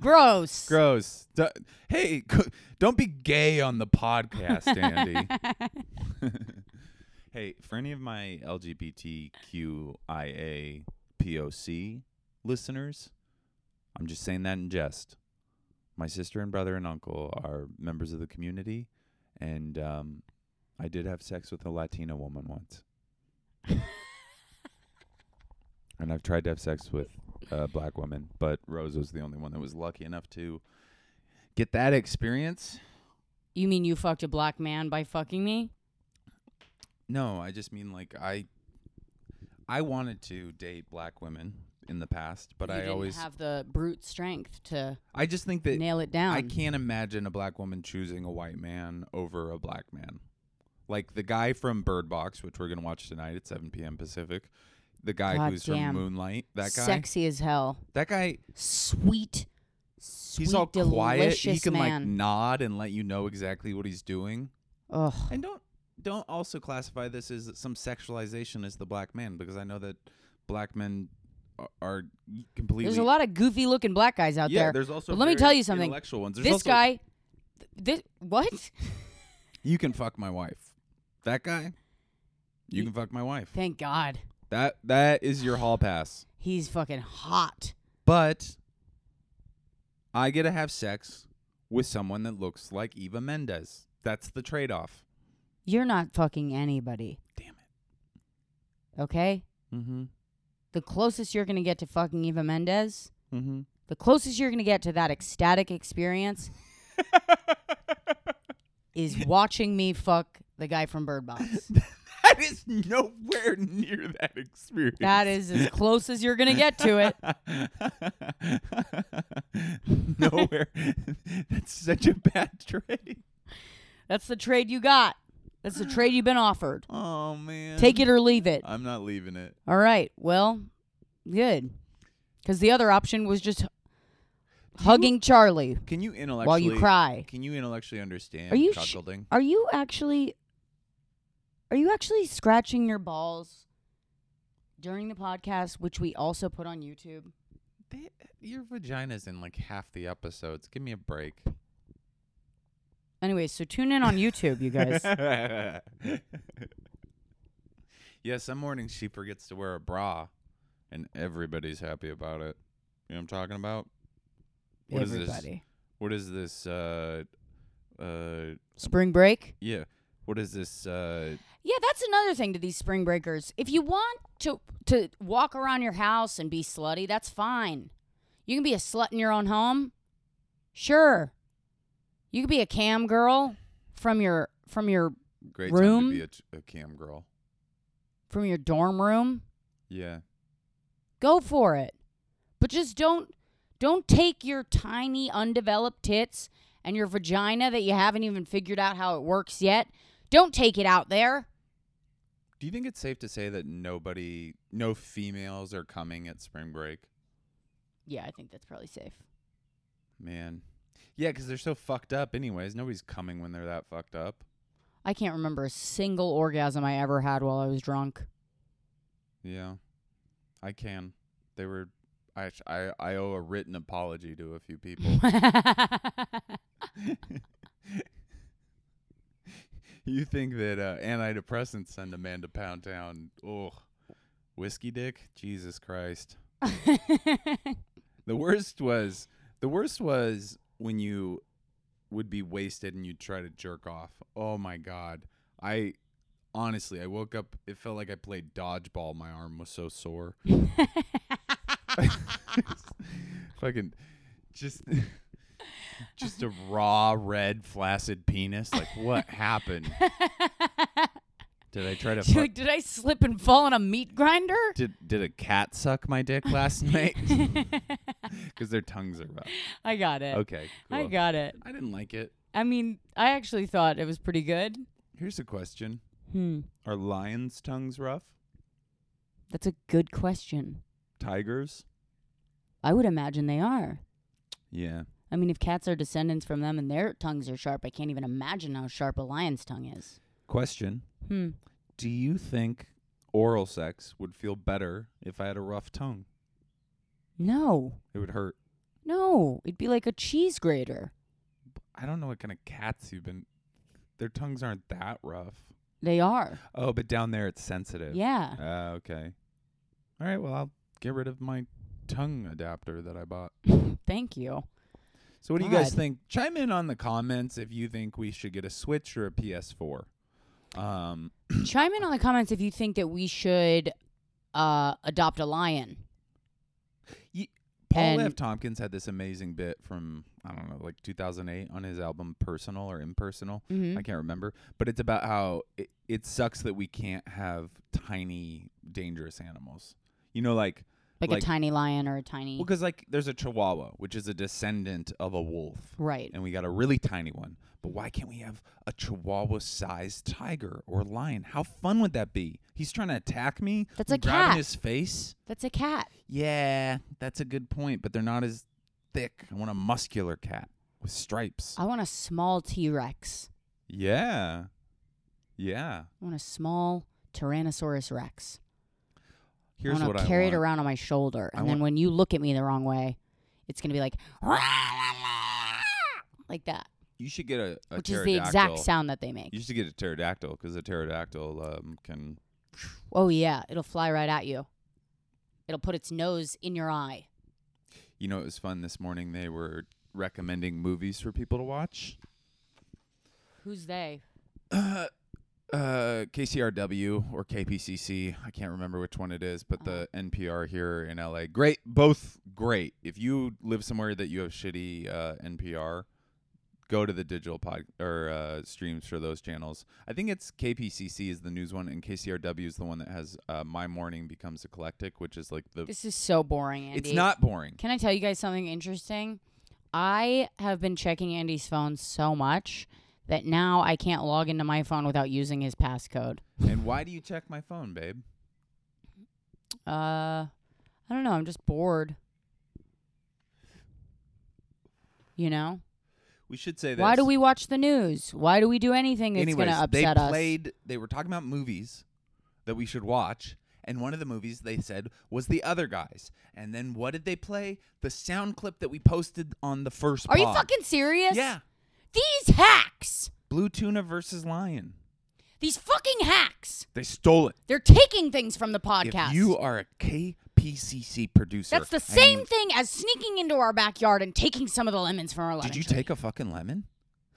S2: Gross.
S1: Gross. D- hey, c- don't be gay on the podcast, Andy. hey, for any of my LGBTQIA POC listeners, I'm just saying that in jest. My sister and brother and uncle are members of the community, and um, I did have sex with a Latina woman once. and I've tried to have sex with a black woman, but Rose was the only one that was lucky enough to get that experience.
S2: You mean you fucked a black man by fucking me?
S1: No, I just mean like I I wanted to date black women in the past, but
S2: You
S1: I
S2: didn't
S1: always
S2: have the brute strength to
S1: I just think that
S2: nail it down.
S1: I can't imagine a black woman choosing a white man over a black man. Like the guy from Bird Box, which we're gonna watch tonight at seven PM Pacific. The guy
S2: God
S1: who's
S2: damn.
S1: from Moonlight. That guy.
S2: Sexy as hell.
S1: That guy
S2: Sweet. Sweet,
S1: he's all quiet. He
S2: delicious
S1: can like
S2: man.
S1: nod and let you know exactly what he's doing.
S2: Ugh.
S1: And don't don't also classify this as some sexualization as the black man because I know that black men are, are completely.
S2: There's a lot of goofy looking black guys out
S1: yeah,
S2: there.
S1: there's also.
S2: But let
S1: very
S2: me tell you something.
S1: Intellectual ones. There's
S2: this
S1: also-
S2: guy, th- this what?
S1: You can fuck my wife. That guy. You can fuck my wife.
S2: Thank God,
S1: That that is your hall pass.
S2: he's fucking hot.
S1: But I get to have sex with someone that looks like Eva Mendes. That's the trade-off.
S2: You're not fucking anybody,
S1: Damn it.
S2: okay?
S1: Mm-hmm.
S2: the closest you're going to get to fucking Eva Mendes,
S1: Mm-hmm.
S2: the closest you're going to get to that ecstatic experience is watching me fuck the guy from Bird Box.
S1: That is nowhere near that experience.
S2: That is as close as you're going to get to it.
S1: Nowhere. That's such a bad trade.
S2: That's the trade you got. That's the trade you've been offered.
S1: Oh man.
S2: Take it or leave it.
S1: I'm not leaving it.
S2: All right. Well, good. Because the other option was just hugging Charlie
S1: Can you intellectually
S2: while you cry.
S1: Can you intellectually understand
S2: Are you sh-
S1: cuckolding?
S2: Are you actually are you actually scratching your balls during the podcast, which we also put on YouTube?
S1: They, your vagina's in like half the episodes. Give me a break.
S2: Anyway, so tune in on YouTube, you guys.
S1: yeah, some mornings she forgets to wear a bra, and everybody's happy about it. You know what I'm talking about? What is this?
S2: Everybody.
S1: What is this? Uh, uh,
S2: Spring break.
S1: yeah. What is this? Uh,
S2: Yeah, that's another thing to these spring breakers. If you want to to walk around your house and be slutty, that's fine. You can be a slut in your own home. Sure. You could be a cam girl from your from your
S1: great time
S2: Room?
S1: to be a, ch- a cam girl.
S2: from your dorm room.
S1: Yeah.
S2: Go for it. But just don't don't take your tiny undeveloped tits and your vagina that you haven't even figured out how it works yet. Don't take it out there.
S1: Do you think it's safe to say that nobody, no females are coming at spring break?
S2: Yeah, I think that's probably safe.
S1: Man. Yeah, 'cause they're so fucked up, anyways. Nobody's coming when they're that fucked up.
S2: I can't remember a single orgasm I ever had while I was drunk.
S1: Yeah. I can. They were. I, sh- I, I owe a written apology to a few people. you think that uh, antidepressants send a man to Pound Town? Ugh. Whiskey dick? Jesus Christ. The worst was the worst was when you would be wasted and you'd try to jerk off. Oh my god. I honestly I woke up it felt like I played dodgeball. My arm was so sore. Fucking just just a raw red flaccid penis. Like what happened? Did I try to
S2: She's
S1: fuck,
S2: like, did I slip and fall on a meat grinder?
S1: did did a cat suck my dick last night? Cuz their tongues are rough.
S2: I got it.
S1: Okay, cool.
S2: I got it.
S1: I didn't like it.
S2: I mean, I actually thought it was pretty good.
S1: Here's a question.
S2: Hmm.
S1: Are lions' tongues rough?
S2: That's a good question.
S1: Tigers?
S2: I would imagine they are.
S1: Yeah.
S2: I mean, if cats are descendants from them and their tongues are sharp, I can't even imagine how sharp a lion's tongue is.
S1: Question.
S2: Hmm.
S1: Do you think oral sex would feel better if I had a rough tongue?
S2: No.
S1: It would hurt.
S2: No. It'd be like a cheese grater.
S1: I don't know what kind of cats you've been. Their tongues aren't that rough.
S2: They are.
S1: Oh, but down there it's sensitive.
S2: Yeah.
S1: Ah, okay. All right, well, I'll get rid of my tongue adapter that I bought.
S2: Thank you.
S1: So, what do you guys
S2: God.
S1: think? Chime in on the comments if you think we should get a Switch or a PS4. Um,
S2: Chime in on the comments if you think that we should uh, adopt a lion.
S1: Paul F.
S2: And-
S1: Tompkins had this amazing bit from I don't know, like 2008 on his album Personal or Impersonal.
S2: Mm-hmm.
S1: I can't remember, but it's about how it, it sucks that we can't have tiny dangerous animals. You know, like
S2: Like,
S1: like-
S2: a tiny lion or a tiny.
S1: well, because like there's a Chihuahua, which is a descendant of a wolf,
S2: right.
S1: and we got a really tiny one. But why can't we have a Chihuahua-sized tiger or lion? How fun would that be? He's trying to attack me.
S2: That's
S1: I'm
S2: a
S1: grabbing
S2: cat.
S1: his face.
S2: That's a cat.
S1: Yeah, that's a good point, but they're not as thick. I want a muscular cat with stripes.
S2: I want a small T Rex.
S1: yeah. Yeah.
S2: I want a small Tyrannosaurus Rex.
S1: Here's
S2: I
S1: what
S2: want
S1: I
S2: to carry
S1: want.
S2: it around on my shoulder.
S1: I
S2: And then
S1: want-
S2: when you look at me the wrong way, it's going to be like, like that,
S1: You should get a, a
S2: which is the
S1: pterodactyl.
S2: exact sound that they make.
S1: You should get a pterodactyl because a pterodactyl um, can.
S2: oh, yeah. It'll fly right at you, it'll put its nose in your eye.
S1: You know, it was fun this morning. They were recommending movies for people to watch.
S2: Who's they?
S1: Uh, uh, KCRW or KPCC. I can't remember which one it is, but
S2: Uh-huh.
S1: the NPR here in LA. Great, both great. If you live somewhere that you have shitty uh, NPR, go to the digital pod or uh, streams for those channels. I think it's KPCC is the news one, and KCRW is the one that has uh, My Morning Becomes Eclectic, which is like the.
S2: This is so boring, Andy.
S1: It's not boring.
S2: Can I tell you guys something interesting? I have been checking Andy's phone so much that now I can't log into my phone without using his passcode.
S1: and why do you check my phone, babe?
S2: Uh, I don't know. I'm just bored. You know?
S1: We should say this.
S2: Why do we watch the news? Why do we do anything that's
S1: Anyways,
S2: going to
S1: they
S2: upset us?
S1: played. They were talking about movies that we should watch, And one of the movies they said was The Other Guys. And then what did they play? The sound clip that we posted on the first.
S2: Are you
S1: pod.
S2: fucking serious?
S1: Yeah.
S2: These hacks.
S1: Blue tuna versus lion.
S2: These fucking hacks.
S1: They stole it.
S2: They're taking things from the podcast.
S1: If you are a KPCC producer,
S2: That's the
S1: and
S2: same
S1: you-
S2: thing as sneaking into our backyard and taking some of the lemons from our lemon
S1: Did you
S2: tree.
S1: take a fucking lemon?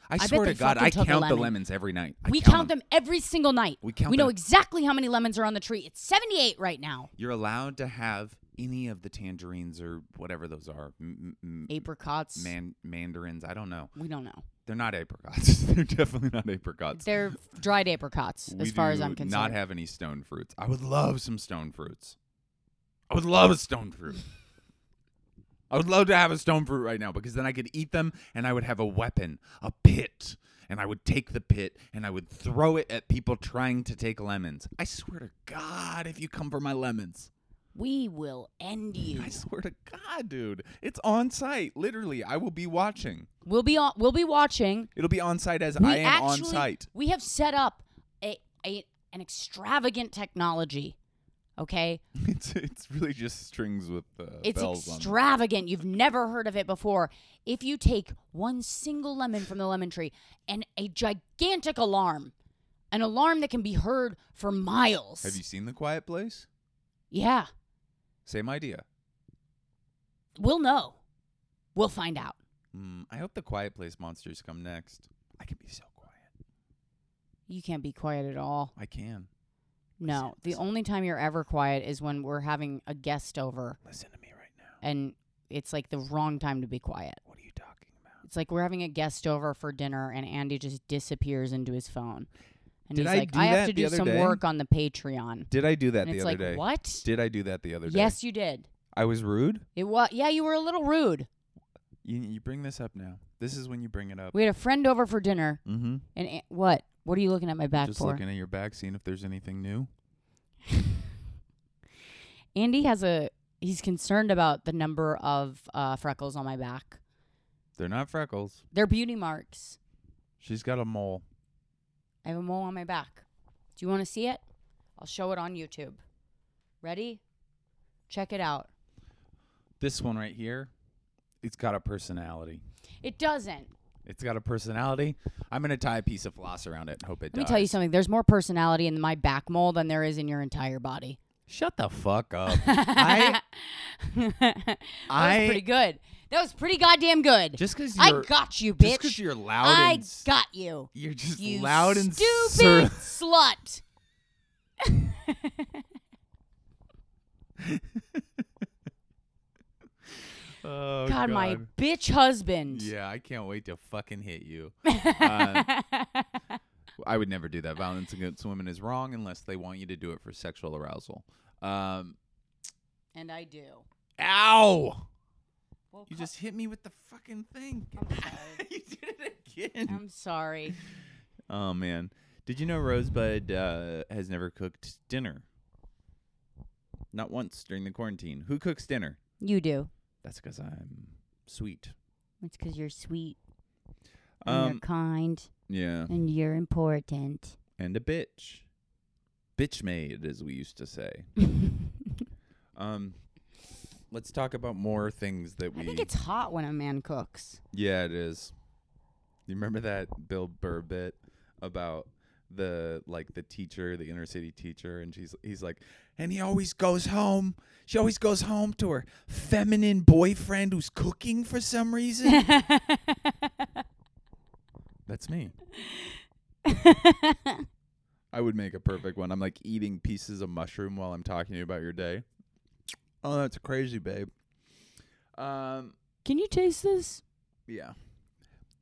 S1: I,
S2: bet
S1: swear
S2: they
S1: to God,
S2: fucking
S1: I
S2: took a
S1: count the
S2: lemon.
S1: lemons every night. I
S2: we
S1: count
S2: count them. every single night.
S1: We count
S2: We know
S1: them.
S2: exactly how many lemons are on the tree. It's 78 right now.
S1: You're allowed to have any of the tangerines or whatever those are. M- m- m-
S2: Apricots.
S1: man- mandarins. I don't know.
S2: We don't know.
S1: They're not apricots. They're definitely not apricots.
S2: They're dried apricots,
S1: We
S2: as far as
S1: do
S2: I'm concerned.
S1: Not have any stone fruits. I would love some stone fruits. I would love a stone fruit. I would love to have a stone fruit right now because then I could eat them and I would have a weapon, a pit. And I would take the pit and I would throw it at people trying to take lemons. I swear to God, if you come for my lemons,
S2: we will end you.
S1: I swear to God, dude, it's on site. Literally, I will be watching.
S2: We'll be on. We'll be watching.
S1: It'll be on site as
S2: We
S1: I am
S2: actually,
S1: on site.
S2: We have set up a, a an extravagant technology. Okay,
S1: It's it's really just strings with uh,
S2: it's
S1: bells on them.
S2: extravagant. You've never heard of it before. If you take one single lemon from the lemon tree and a gigantic alarm, an alarm that can be heard for miles.
S1: Have you seen The Quiet Place?
S2: Yeah,
S1: Same idea.
S2: we'll know. We'll find out.
S1: Mm, I hope The Quiet Place monsters come next. I can be so quiet.
S2: You can't be quiet at all.
S1: I can.
S2: No, the only time you're ever quiet is when we're having a guest over,
S1: Listen to me right now.
S2: and it's like the wrong time to be quiet.
S1: What are you talking about?
S2: It's like we're having a guest over for dinner, and Andy just disappears into his phone, and
S1: Did
S2: he's
S1: I
S2: like,
S1: do
S2: "I
S1: that
S2: have
S1: the
S2: to do
S1: other
S2: some
S1: day?
S2: work on the Patreon."
S1: Did I do that
S2: and
S1: the
S2: it's
S1: other
S2: like,
S1: day?
S2: "What?
S1: Did I do that the other day?
S2: Yes, you did.
S1: I was rude.
S2: It was. Yeah, you were a little rude.
S1: You, you bring this up now. This is when you bring it up.
S2: We had a friend over for dinner,
S1: mm-hmm.
S2: and An- what? What are you looking at my back
S1: Just
S2: for?
S1: looking at your back, seeing if there's anything new.
S2: Andy has a. He's concerned about the number of uh, freckles on my back.
S1: They're not freckles.
S2: They're beauty marks.
S1: She's got a mole.
S2: I have a mole on my back. Do you want to see it? I'll show it on YouTube. Ready? Check it out.
S1: This one right here, it's got a personality.
S2: It doesn't.
S1: It's got a personality. I'm gonna tie a piece of floss around it and hope it
S2: Let me
S1: dies.
S2: tell you something. There's more personality in my back mole than there is in your entire body.
S1: Shut the fuck up. I
S2: That was pretty
S1: I
S2: good. That was pretty goddamn good.
S1: just because
S2: I
S1: you're
S2: got you,
S1: just
S2: bitch.
S1: because you're loud
S2: I
S1: and s-
S2: got you.
S1: you're just
S2: You
S1: loud and
S2: stupid
S1: sur-
S2: slut.
S1: Oh,
S2: God, my bitch husband.
S1: yeah, I can't wait to fucking hit you. Uh, I would never do that. Violence against women is wrong unless they want you to do it for sexual arousal. Um,
S2: And I do.
S1: ow!
S2: Well,
S1: You
S2: co-
S1: just hit me with the fucking thing. you did it again.
S2: I'm sorry.
S1: Oh man, did you know Rosebud uh, has never cooked dinner? Not once during the quarantine. Who cooks dinner?
S2: You do.
S1: That's because I'm sweet.
S2: It's because you're sweet and you're
S1: Um,
S2: kind
S1: yeah,
S2: and you're important.
S1: and a bitch, bitch made, as we used to say. um, let's talk about more things that we.
S2: I think it's hot when a man cooks.
S1: yeah, it is. You remember that Bill Burr bit about the like the teacher, the inner city teacher, and she's he's like, and he always goes home. She always goes home to her feminine boyfriend who's cooking for some reason. That's me. I would make a perfect one. I'm like eating pieces of mushroom while I'm talking to you about your day. Oh, that's crazy, babe. Um,
S2: Can you taste this?
S1: yeah.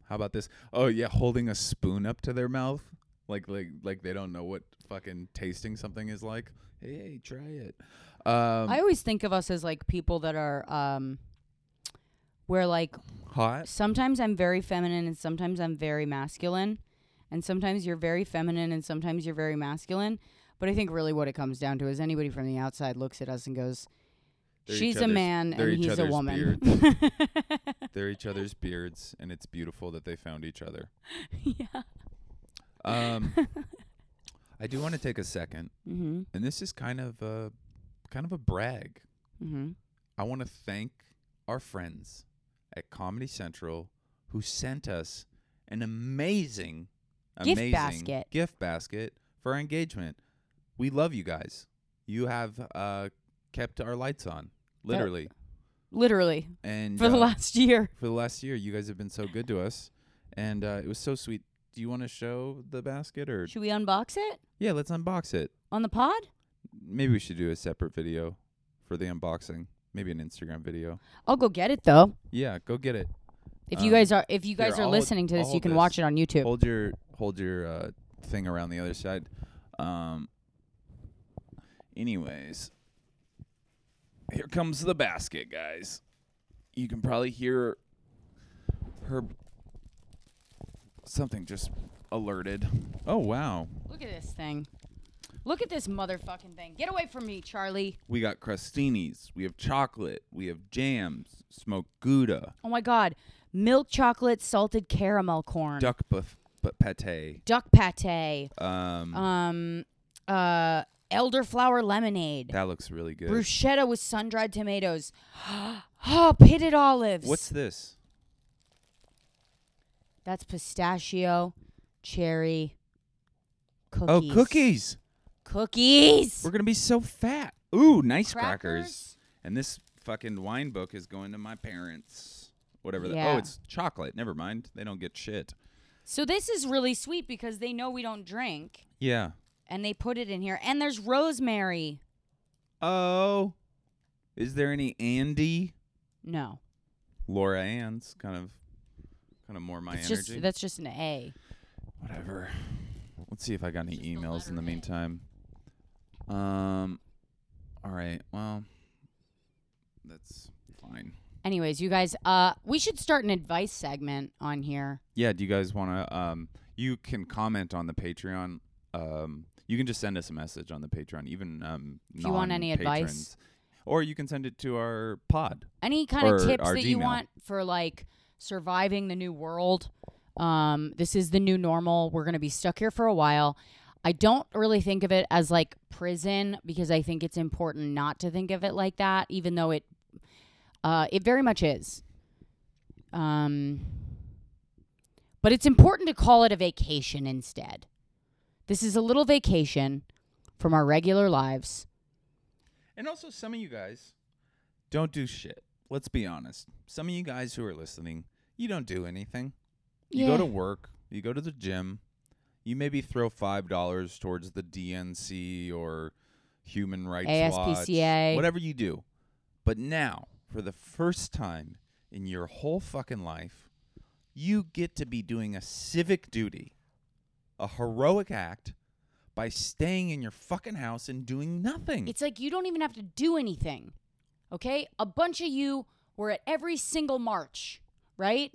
S1: How about this? Oh yeah, holding a spoon up to their mouth, like like like they don't know what fucking tasting something is like. Hey, try it. Um,
S2: I always think of us as like people that are um where like
S1: hot.
S2: sometimes I'm very feminine and sometimes I'm very masculine and sometimes you're very feminine and sometimes you're very masculine. But I think really what it comes down to is anybody from the outside looks at us and goes,
S1: They're each
S2: She's a
S1: other's-
S2: man
S1: they're
S2: and
S1: each
S2: he's a
S1: other's
S2: woman.
S1: beards. They're each other's beards, and it's beautiful that they found each other.
S2: yeah.
S1: Um, I do want to take a second,
S2: Mm-hmm.
S1: and this is kind of a kind of a brag.
S2: Mm-hmm.
S1: I want to thank our friends at Comedy Central who sent us an amazing,
S2: Gift
S1: amazing
S2: basket.
S1: gift basket for our engagement. We love you guys. You have uh, kept our lights on, literally,
S2: Literally
S1: and
S2: for the
S1: uh,
S2: last year.
S1: for the last year, you guys have been so good to us, and uh, it was so sweet. Do you want to show the basket or?
S2: Should we unbox it
S1: Yeah, let's unbox it.
S2: on the pod?
S1: Maybe we should do a separate video for the unboxing. Maybe an Instagram video.
S2: I'll go get it though.
S1: Yeah, go get it.
S2: If
S1: Um,
S2: you guys are if you guys
S1: here,
S2: are
S1: I'll-
S2: listening to
S1: I'll
S2: this, you
S1: hold
S2: can
S1: this.
S2: watch it on YouTube.
S1: Hold your hold your uh, thing around the other side. Um. Anyways, here comes the basket, guys. You can probably hear her. Something just alerted. Oh wow,
S2: Look at this thing. Look at this motherfucking thing. Get away from me, Charlie.
S1: we got crostinis. We have chocolate. We have jams. Smoked gouda.
S2: Oh my god. Milk chocolate salted caramel corn.
S1: Duck buff, but pate.
S2: Duck pate.
S1: Um,
S2: Um uh elderflower lemonade.
S1: that looks really good.
S2: Bruschetta with sun-dried tomatoes. oh, pitted olives.
S1: What's this?
S2: That's pistachio, cherry,
S1: Oh,
S2: cookies.
S1: cookies.
S2: Cookies.
S1: We're gonna be so fat. Ooh, nice crackers.
S2: Crackers.
S1: And this fucking wine book is going to my parents. Whatever. that.
S2: Yeah.
S1: oh, it's chocolate. Never mind. They don't get shit.
S2: So this is really sweet because they know we don't drink
S1: Yeah.
S2: and they put it in here. And there's rosemary.
S1: Oh. Is there any Andy?
S2: No.
S1: Laura Ann's kind of, kind of more my
S2: It's
S1: energy.
S2: just that's just an A.
S1: Whatever. Let's see if I got any emails in the meantime. Um. All right. Well, that's fine.
S2: Anyways, you guys, uh we should start an advice segment on here.
S1: Yeah, do you guys want to? Um, you can comment on the Patreon. Um, you can just send us a message on the Patreon, even um,
S2: If you want any advice.
S1: non-patrons. or you can send it to our pod.
S2: Any kind
S1: Or
S2: of tips
S1: our
S2: that you
S1: Gmail.
S2: want for like surviving the new world. Um this is the new normal. We're going to be stuck here for a while. I don't really think of it as like prison because I think it's important not to think of it like that even though it uh it very much is. Um, but it's important to call it a vacation instead. This is a little vacation from our regular lives.
S1: And also, some of you guys don't do shit. Let's be honest. Some of you guys who are listening, you don't do anything. You go
S2: Yeah.
S1: to work. You go to the gym. You maybe throw five dollars towards the DNC or Human Rights
S2: ASPCA.
S1: Watch, whatever you do. But now, for the first time in your whole fucking life, you get to be doing a civic duty, a heroic act, by staying in your fucking house and doing nothing.
S2: It's like you don't even have to do anything. Okay? A bunch of you were at every single march, right?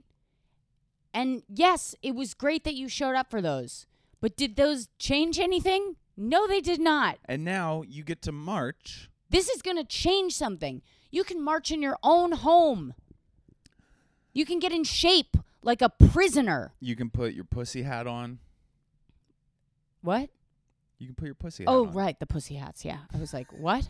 S2: And yes, it was great that you showed up for those. But did those change anything? No, they did not.
S1: and now you get to march.
S2: This is going to change something. You can march in your own home. You can get in shape like a prisoner.
S1: You can put your pussy hat on.
S2: What?
S1: You can put your pussy hat
S2: Oh,
S1: on.
S2: right, the pussy hats. Yeah. I was like, what?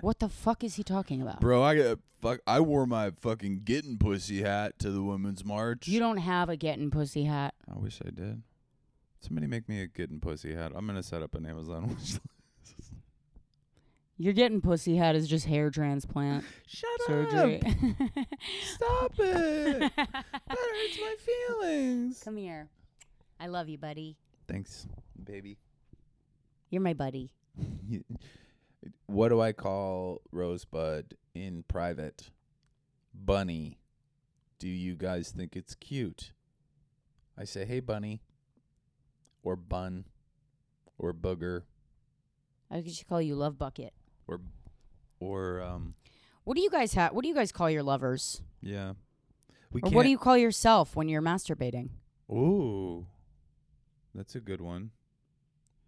S2: what the fuck is he talking about?
S1: Bro, I got fuck. I wore my fucking getting pussy hat to the women's march.
S2: You don't have a getting pussy hat.
S1: I wish I did. Somebody make me a getting pussy hat. I'm gonna set up an Amazon wish list.
S2: Your getting pussy hat is just hair transplant
S1: Shut
S2: surgery.
S1: up! Stop it! that hurts my feelings.
S2: Come here. I love you, buddy.
S1: Thanks, baby.
S2: You're my buddy.
S1: what do I call Rosebud in private? Bunny. Do you guys think it's cute? I say, hey, bunny. Or bun. Or booger.
S2: I could just call you Love Bucket.
S1: Or, or, um,
S2: What do you guys have? What do you guys call your lovers?
S1: yeah. We
S2: or
S1: can't.
S2: what do you call yourself when you're masturbating?
S1: Ooh. That's a good one.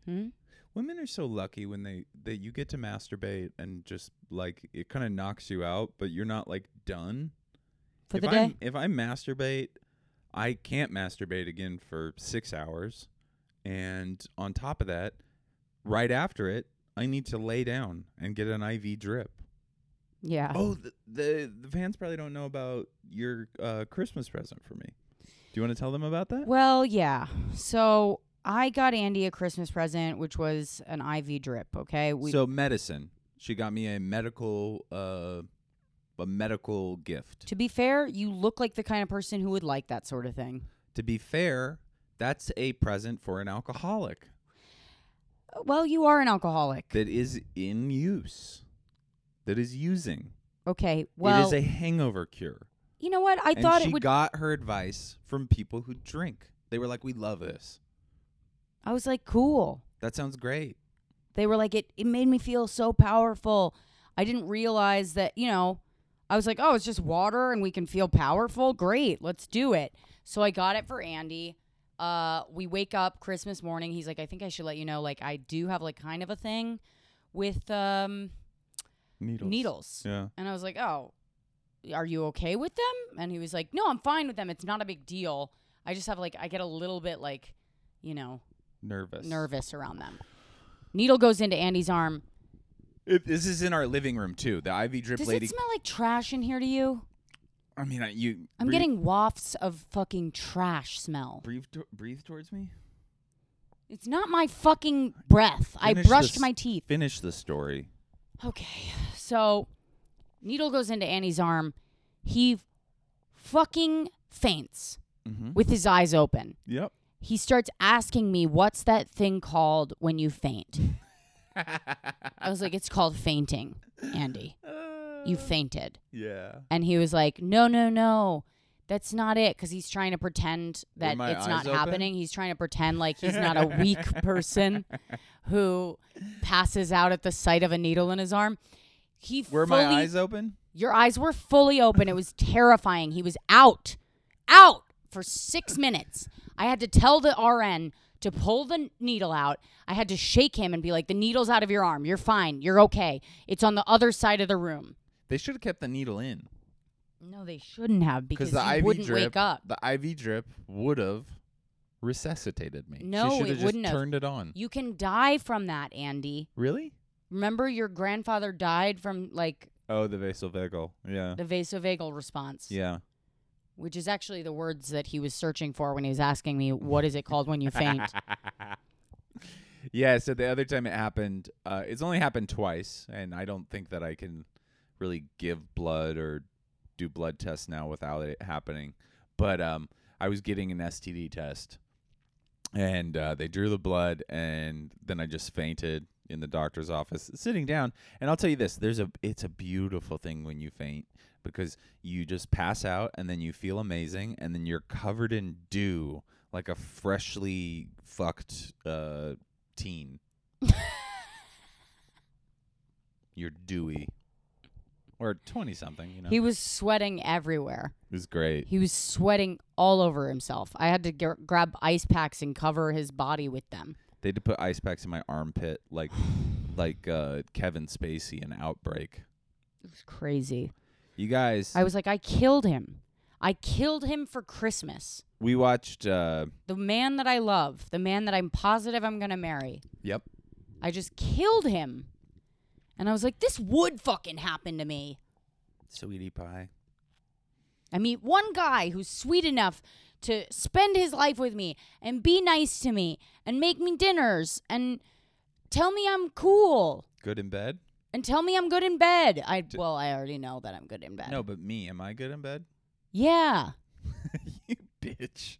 S2: Hmm?
S1: Women are so lucky when they that you get to masturbate and just like it kind of knocks you out, but you're not like done.
S2: For
S1: if
S2: the
S1: I'm-
S2: day?
S1: If I masturbate, I can't masturbate again for six hours, And on top of that, right after it, I need to lay down and get an IV drip.
S2: Yeah.
S1: Oh, the, the the fans probably don't know about your uh, Christmas present for me. Do you want to tell them about that?
S2: Well, yeah. So I got Andy a Christmas present, which was an IV drip. Okay. We
S1: so medicine. She got me a medical uh, a medical gift.
S2: to be fair, you look like the kind of person who would like that sort of thing.
S1: To be fair, that's a present for an alcoholic
S2: Uh, Well, you are an alcoholic.
S1: that is in use. That is using.
S2: Okay. Well,
S1: it is a hangover cure.
S2: you know what? I
S1: and
S2: thought
S1: she
S2: it would.
S1: got her advice from people who drink. They were like, "We love this.
S2: I was like, cool.
S1: That sounds great."
S2: They were like, it, it made me feel so powerful. I didn't realize that, you know, I was like, oh, it's just water and we can feel powerful. Great, let's do it. So I got it for Andy. Uh, we wake up Christmas morning. He's like, I think I should let you know, like, I do have like kind of a thing with um,
S1: Needles.
S2: needles.
S1: Yeah.
S2: And I was like, oh, are you okay with them? And he was like, no, I'm fine with them. It's not a big deal. I just have like, I get a little bit like, you know,
S1: Nervous.
S2: nervous around them. Needle goes into Andy's arm.
S1: It, this is in our living room too. The IV drip
S2: Does
S1: lady.
S2: it smell like trash in here to you?
S1: I mean, I, you.
S2: I'm
S1: breathe-
S2: getting wafts of fucking trash smell.
S1: breathe to, breathe towards me.
S2: It's not my fucking breath. I
S1: Finish
S2: brushed
S1: this-
S2: my teeth.
S1: Finish the story.
S2: Okay. So, needle goes into Annie's arm. He fucking faints
S1: Mm-hmm.
S2: with his eyes open.
S1: Yep.
S2: He starts asking me, "What's that thing called when you faint?" I was like, "It's called fainting, Andy. You fainted."
S1: Yeah.
S2: and he was like, "No, no, no, that's not it," because he's trying to pretend that
S1: my
S2: it's not
S1: eyes open?
S2: happening. He's trying to pretend like he's not a weak person who passes out at the sight of a needle in his arm. He
S1: Were
S2: fully,
S1: my eyes open?
S2: your eyes were fully open. It was terrifying. He was out, out for six minutes. I had to tell the RN to pull the needle out. I had to shake him and be like, "The needle's out of your arm. You're fine. You're okay. It's on the other side of the room."
S1: They should have kept the needle in
S2: No, they shouldn't have because
S1: the
S2: you
S1: IV
S2: wouldn't
S1: drip.
S2: wake up.
S1: The IV drip would have resuscitated me.
S2: No,
S1: she should
S2: it
S1: have just
S2: wouldn't have.
S1: turned it on.
S2: You can die from that, Andy.
S1: Really?
S2: Remember your grandfather died from like
S1: Oh, the vasovagal. Yeah.
S2: the vasovagal response,
S1: Uh. yeah.
S2: which is actually the words that he was searching for when he was asking me, "What is it called when you faint?"
S1: yeah. So the other time it happened, uh, it's only happened twice, and I don't think that I can really give blood or do blood tests now without it happening. But um, I was getting an STD test, and uh, they drew the blood, and then I just fainted in the doctor's office, sitting down. And I'll tell you this: there's a it's a beautiful thing when you faint because you just pass out, and then you feel amazing, and then you're covered in dew like a freshly fucked uh, teen. You're dewy. Or 20 something, you know.
S2: He was sweating everywhere.
S1: It was great.
S2: He was sweating all over himself. I had to gr grab ice packs and cover his body with them.
S1: They had to put ice packs in my armpit like like uh, Kevin Spacey in Outbreak.
S2: It was crazy.
S1: You guys,
S2: I was like, "I killed him. I killed him for Christmas."
S1: we watched uh,
S2: The man that I love, the man that I'm positive I'm going to marry.
S1: yep.
S2: I just killed him. And I was like, this would fucking happen to me.
S1: Sweetie Pie.
S2: I meet one guy who's sweet enough to spend his life with me and be nice to me and make me dinners and tell me I'm cool
S1: Good in bed?
S2: and tell me I'm good in bed. I well, I already know that I'm good in bed.
S1: No, but me, am I good in bed?
S2: Yeah.
S1: you bitch.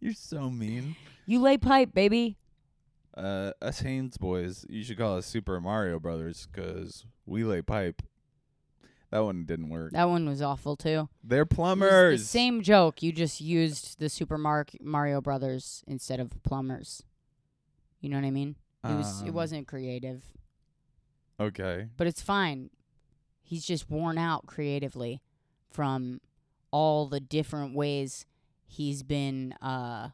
S1: You're so mean.
S2: You lay pipe, baby.
S1: Uh, us Haynes boys, you should call us Super Mario Brothers 'cause we lay pipe. That one didn't work.
S2: That one was awful too.
S1: They're
S2: It was
S1: plumbers.
S2: the same joke. You just used the Super Mar- Mario Brothers instead of plumbers. You know what I mean? It was it
S1: Um,
S2: wasn't creative.
S1: Okay.
S2: but it's fine. He's just worn out creatively from all the different ways he's been. Uh,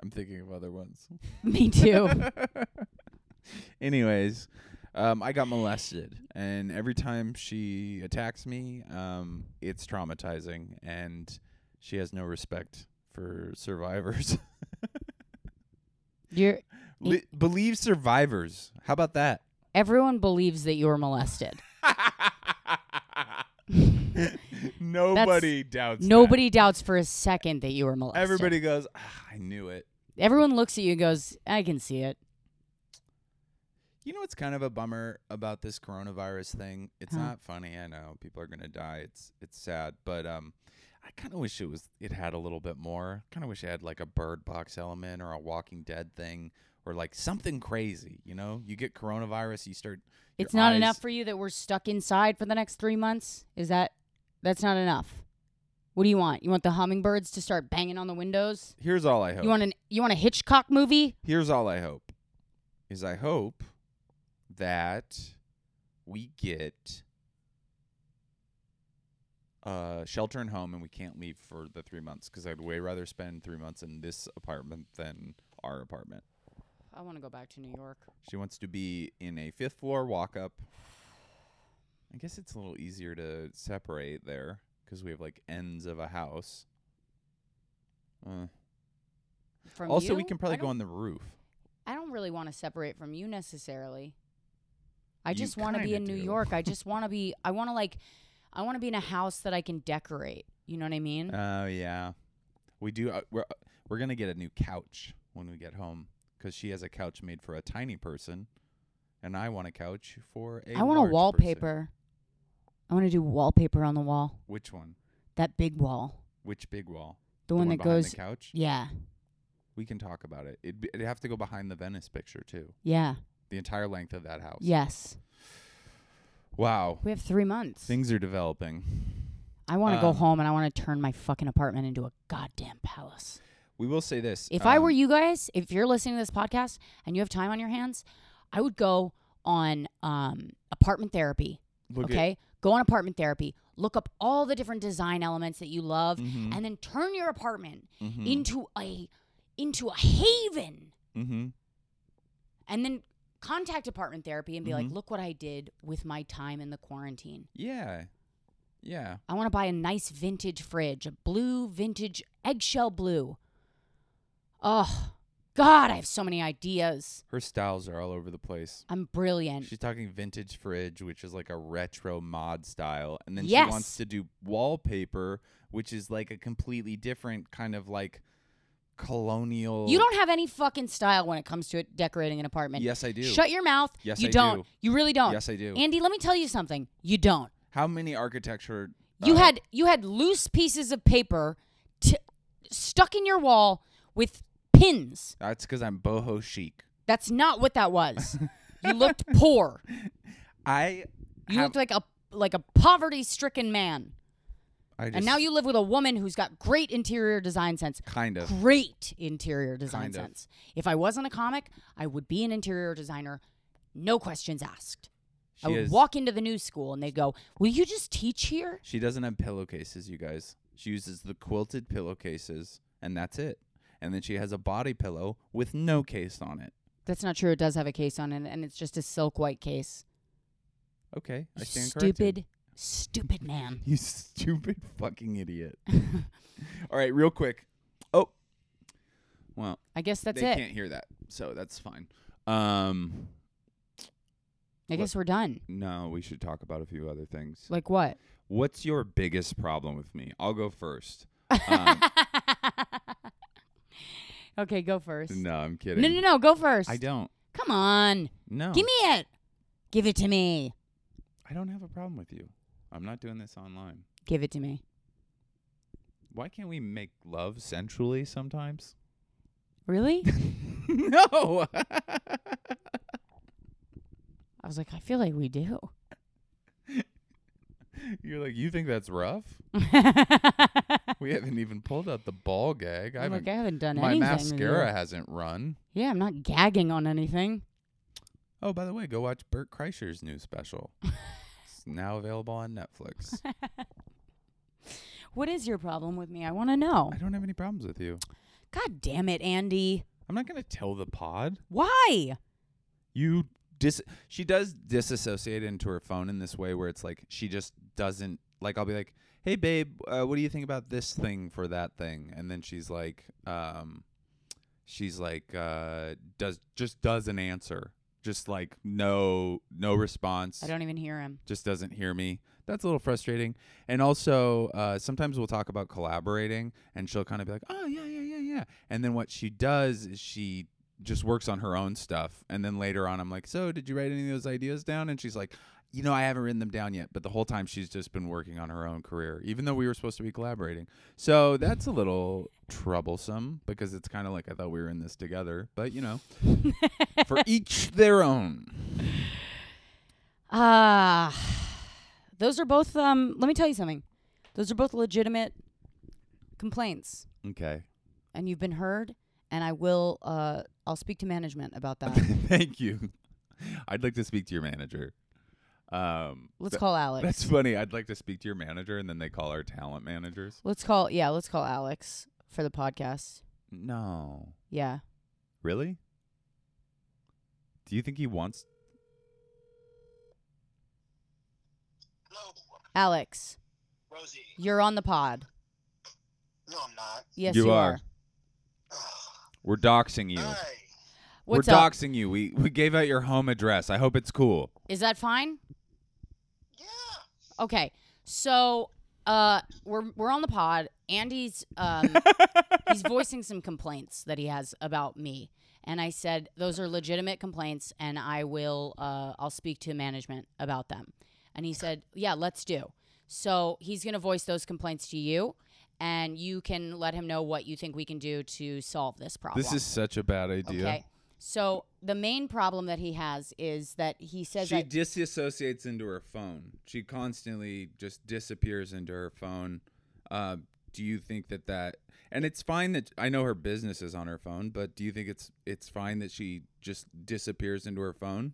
S1: I'm thinking of other ones.
S2: me too.
S1: Anyways, Um, I got molested, and every time she attacks me, um, it's traumatizing, and she has no respect for survivors.
S2: You're
S1: Li- believe survivors. How about that?
S2: everyone believes that you were molested.
S1: Nobody doubts. that.
S2: Nobody doubts for a second that you were molested.
S1: Everybody goes. Ah, I knew it.
S2: everyone looks at you and goes, "I can see it."
S1: You know what's kind of a bummer about this coronavirus thing? It's
S2: Huh.
S1: not funny. I know people are gonna die. It's it's sad, but um, I kind of wish it was. It had a little bit more. Kind of wish it had like a Bird Box element or a Walking Dead thing or like something crazy. You know, you get coronavirus, you start. your
S2: It's not
S1: eyes-
S2: enough for you that we're stuck inside for the next three months. Is that? That's not enough. What do you want? You want the hummingbirds to start banging on the windows?
S1: Here's all I hope.
S2: You want an? You want a Hitchcock movie?
S1: Here's all I hope. Is I hope that we get uh, shelter and home and we can't leave for the three months because I'd way rather spend three months in this apartment than our apartment.
S2: I want to go back to New York.
S1: She wants to be in a fifth floor walk up. I guess it's a little easier to separate there because we have like ends of a house. Uh,
S2: From
S1: also,
S2: you?
S1: we can
S2: I
S1: probably
S2: don't-
S1: go on the roof.
S2: I don't really want to separate from you necessarily. I
S1: You
S2: just want to be
S1: kinda
S2: in New
S1: do.
S2: York. I just want to be. I want to like. I want to be in a house that I can decorate. You know what I mean?
S1: Oh yeah, we do. Uh, we're uh, we're gonna get a new couch when we get home because she has a couch made for a tiny person, and I want a couch for a.
S2: I want a
S1: large person.
S2: wallpaper. I want to do wallpaper on the wall.
S1: Which one?
S2: That big wall.
S1: Which big wall?
S2: The, one, that
S1: behind
S2: goes.
S1: the couch.
S2: Yeah.
S1: We can talk about it. It'd, be, it'd have to go behind the Venice picture too.
S2: Yeah.
S1: The entire length of that house.
S2: Yes.
S1: Wow,
S2: We have three months.
S1: things are developing.
S2: I want to go
S1: um,
S2: home and I want to turn my fucking apartment into a goddamn palace.
S1: We will say this.
S2: If I were
S1: um,
S2: you guys, if you're listening to this podcast and you have time on your hands, I would go on um, apartment therapy.
S1: look at-
S2: okay. go on apartment therapy. Look up all the different design elements that you love,
S1: Mhm,
S2: and then turn your apartment
S1: mhm,
S2: into a into a haven.
S1: mhm.
S2: And then contact apartment therapy and be
S1: Mhm.
S2: like, look what I did with my time in the quarantine.
S1: Yeah, yeah.
S2: I want to buy a nice vintage fridge, a blue vintage eggshell blue. Oh, God, I have so many ideas.
S1: Her styles are all over the place.
S2: I'm brilliant.
S1: She's talking vintage fridge, which is like a retro mod style, and then she wants
S2: Yes.
S1: to do wallpaper, which is like a completely different kind of like colonial.
S2: you don't have any fucking style when it comes to it, decorating an apartment.
S1: Yes, I do.
S2: Shut your mouth.
S1: Yes,
S2: you
S1: I
S2: don't.
S1: do.
S2: You really don't.
S1: Yes, I do.
S2: Andy, let me tell you something. You don't.
S1: How many architecture?
S2: You
S1: uh,
S2: had you had loose pieces of paper t- stuck in your wall with pins.
S1: That's because I'm boho chic.
S2: That's not what that was. you looked poor.
S1: I.
S2: You
S1: have,
S2: looked like a like a poverty-stricken man.
S1: I just,
S2: And now you live with a woman who's got great interior design sense.
S1: kind of.
S2: Great interior design
S1: Kind of.
S2: sense. If I wasn't a comic, I would be an interior designer. No questions asked.
S1: She
S2: I would
S1: is-
S2: walk into the new school and they go, "Will you just teach here?"
S1: She doesn't have pillowcases, you guys. She uses the quilted pillowcases, and that's it. And then she has a body pillow with no case on it.
S2: That's not true. It does have a case on it, and it's just a silk white case.
S1: Okay, I
S2: You
S1: stand corrected.
S2: stupid, stupid man.
S1: You stupid fucking idiot. All right, real quick. Oh. Well,
S2: I guess that's
S1: they
S2: it.
S1: can't hear that. So that's fine. Um
S2: I guess we're done.
S1: no, we should talk about a few other things.
S2: Like what?
S1: What's your biggest problem with me? I'll go first. Um,
S2: okay, go first.
S1: no, I'm kidding.
S2: no, no, no, go first.
S1: I don't.
S2: Come on,
S1: No.
S2: give me it. Give it to me.
S1: I don't have a problem with you. I'm not doing this online.
S2: Give it to me.
S1: Why can't we make love sensually sometimes?
S2: Really?
S1: no.
S2: I was like, I feel like we do.
S1: You're like, you think that's rough? We haven't even pulled out the ball gag. I
S2: I'm
S1: haven't
S2: like, I haven't done
S1: My
S2: anything. with
S1: mascara
S2: you.
S1: hasn't run.
S2: Yeah, I'm not gagging on anything.
S1: Oh, by the way, go watch Bert Kreischer's new special. it's now available on Netflix.
S2: What is your problem with me? I want to know.
S1: I don't have any problems with you.
S2: God damn it, Andy.
S1: I'm not going to tell the pod.
S2: Why?
S1: You dis she does disassociate into her phone in this way where it's like she just doesn't like I'll be like, "Hey babe, uh, what do you think about this thing for that thing?" And then she's like um she's like uh does just doesn't answer. Just like no no response
S2: I don't even hear him.
S1: just doesn't hear me. That's a little frustrating. And also, uh, sometimes we'll talk about collaborating, and she'll kind of be like, "Oh yeah, yeah, yeah, yeah." And then what she does is she just works on her own stuff, and then later on, I'm like, "So, did you write any of those ideas down?" And she's like, "You know, I haven't written them down yet." But the whole time, she's just been working on her own career, even though we were supposed to be collaborating. So that's a little troublesome because it's kind of like I thought we were in this together, but you know, for each their own.
S2: Ah, those are both. Um, let me tell you something. Those are both legitimate complaints,
S1: Okay.
S2: and you've been heard. And I will. Uh, I'll speak to management about that.
S1: Thank you. I'd like to speak to your manager. Um,
S2: Let's
S1: tha-
S2: call Alex.
S1: That's funny. I'd like to speak to your manager, and then they call our talent managers.
S2: let's call. Yeah, let's call Alex for the podcast.
S1: No,
S2: Yeah.
S1: really? Do you think he wants?
S4: Hello,
S2: Alex,
S4: Rosie.
S2: you're on the pod.
S4: No, I'm not.
S2: Yes, you,
S1: You are. We're doxing you.
S4: Hi.
S2: What's
S1: We're
S2: up?
S1: doxing you. We we gave out your home address. I hope it's cool.
S2: Is that fine?
S4: Yeah.
S2: Okay. So, uh, we're we're on the pod. Andy's um, he's voicing some complaints that he has about me, and I said those are legitimate complaints, and I will uh, I'll speak to management about them. And he said, yeah, let's do. So he's gonna voice those complaints to you, and you can let him know what you think we can do to solve this problem.
S1: This is such a bad idea.
S2: okay. So the main problem that he has is that he says
S1: She
S2: that
S1: disassociates into her phone. She constantly just disappears into her phone. Uh, do you think that that? And it's fine that I know her business is on her phone, but do you think it's it's fine that she just disappears into her phone?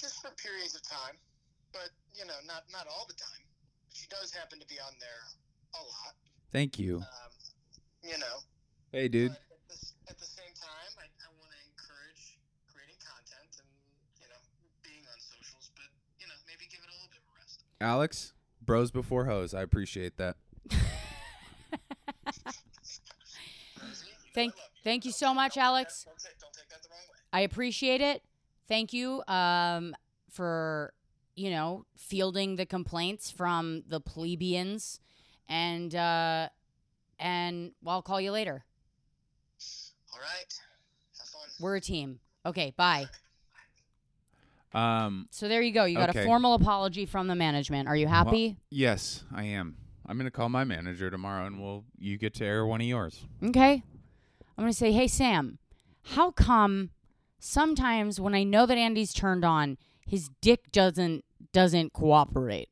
S4: Just for periods of time, but you know, not not all the time. She does happen to be on there a lot.
S1: Thank
S2: Oh.
S1: you.
S4: Um, you know,
S1: Hey, dude.
S4: but at the, s- at the same time, I, I want to encourage creating content and you know being on socials, but you know maybe give it a little bit of a rest.
S1: Alex, bros before hoes. I appreciate that.
S4: Rosie, you know I
S2: Thank-
S4: love you.
S2: thank you
S4: Don't
S2: so
S4: take-
S2: much,
S4: don't take that-
S2: Alex.
S4: Don't take, don't take that the wrong way.
S2: I appreciate it. Thank you um, for, you know, fielding the complaints from the plebeians. And, uh, and well, I'll call you later.
S4: All right. Have fun.
S2: We're a team. Okay, bye.
S1: Um,
S2: So there you go. You got a
S1: Okay. Uh-huh.
S2: formal apology from the management. Are you happy?
S1: yes, I am. I'm gonna call my manager tomorrow, and we'll you get to air one of yours.
S2: Okay. I'm going to say, hey, Sam, how come sometimes when I know that Andy's turned on, his dick doesn't doesn't cooperate?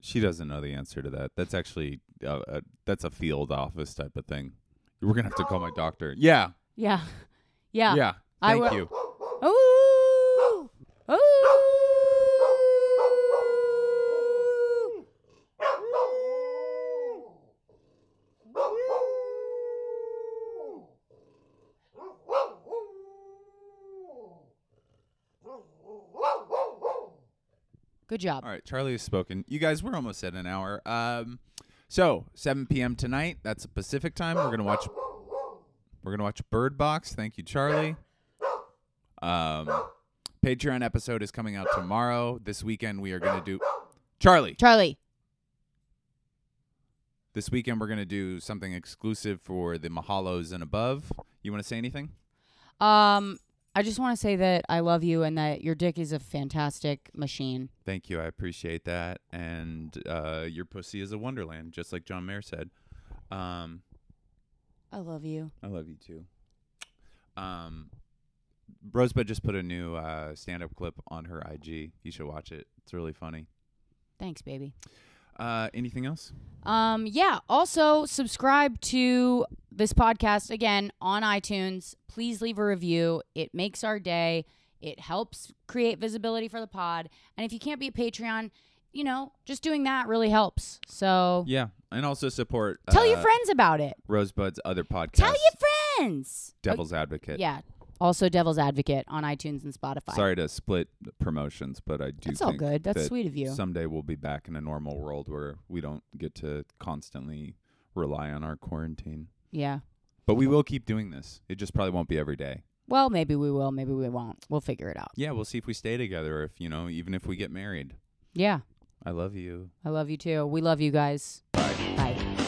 S1: She doesn't know the answer to that. That's actually uh, uh, that's a field office type of thing. We're gonna have to call my doctor. Yeah,
S2: Yeah. Yeah.
S1: yeah.
S2: I
S1: Thank
S2: will-
S1: you.
S2: Ooh! Good job.
S1: All right, Charlie has spoken. You guys, we're almost at an hour. Um, so 7 p.m. tonight. That's Pacific time. We're gonna watch. We're gonna watch Bird Box. Thank you, Charlie. Um, Patreon episode is coming out tomorrow. This weekend we are gonna do. Charlie,
S2: Charlie.
S1: this weekend we're gonna do something exclusive for the Mahalos and above. You want to say anything?
S2: Um, I just want to say that I love you and that your dick is a fantastic machine.
S1: Thank you. I appreciate that. And uh, your pussy is a wonderland, just like John Mayer said. Um,
S2: I love you.
S1: I love you too. Um, Rosebud just put a new uh, stand-up clip on her IG. You should watch it. It's really funny.
S2: Thanks, baby.
S1: Uh, anything else?
S2: Um, yeah. Also, subscribe to this podcast again on iTunes. Please leave a review. It makes our day. It helps create visibility for the pod. And if you can't be a Patreon, you know, just doing that really helps. So
S1: Yeah, and also support.
S2: tell
S1: uh,
S2: your friends about it.
S1: Rosebud's other podcast.
S2: Tell your friends.
S1: Devil's Advocate.
S2: Yeah. Also, Devil's Advocate on iTunes and Spotify.
S1: Sorry to split promotions, but I do
S2: That's all
S1: think
S2: good. That's
S1: that
S2: sweet of you.
S1: someday we'll be back in a normal world where we don't get to constantly rely on our quarantine.
S2: yeah.
S1: But we will keep doing this. It just probably won't be every day.
S2: Well, maybe we will. Maybe we won't. We'll figure it out.
S1: Yeah, we'll see if we stay together, or if you know, even if we get married.
S2: Yeah.
S1: I love you.
S2: I love you too. We love you guys. Bye.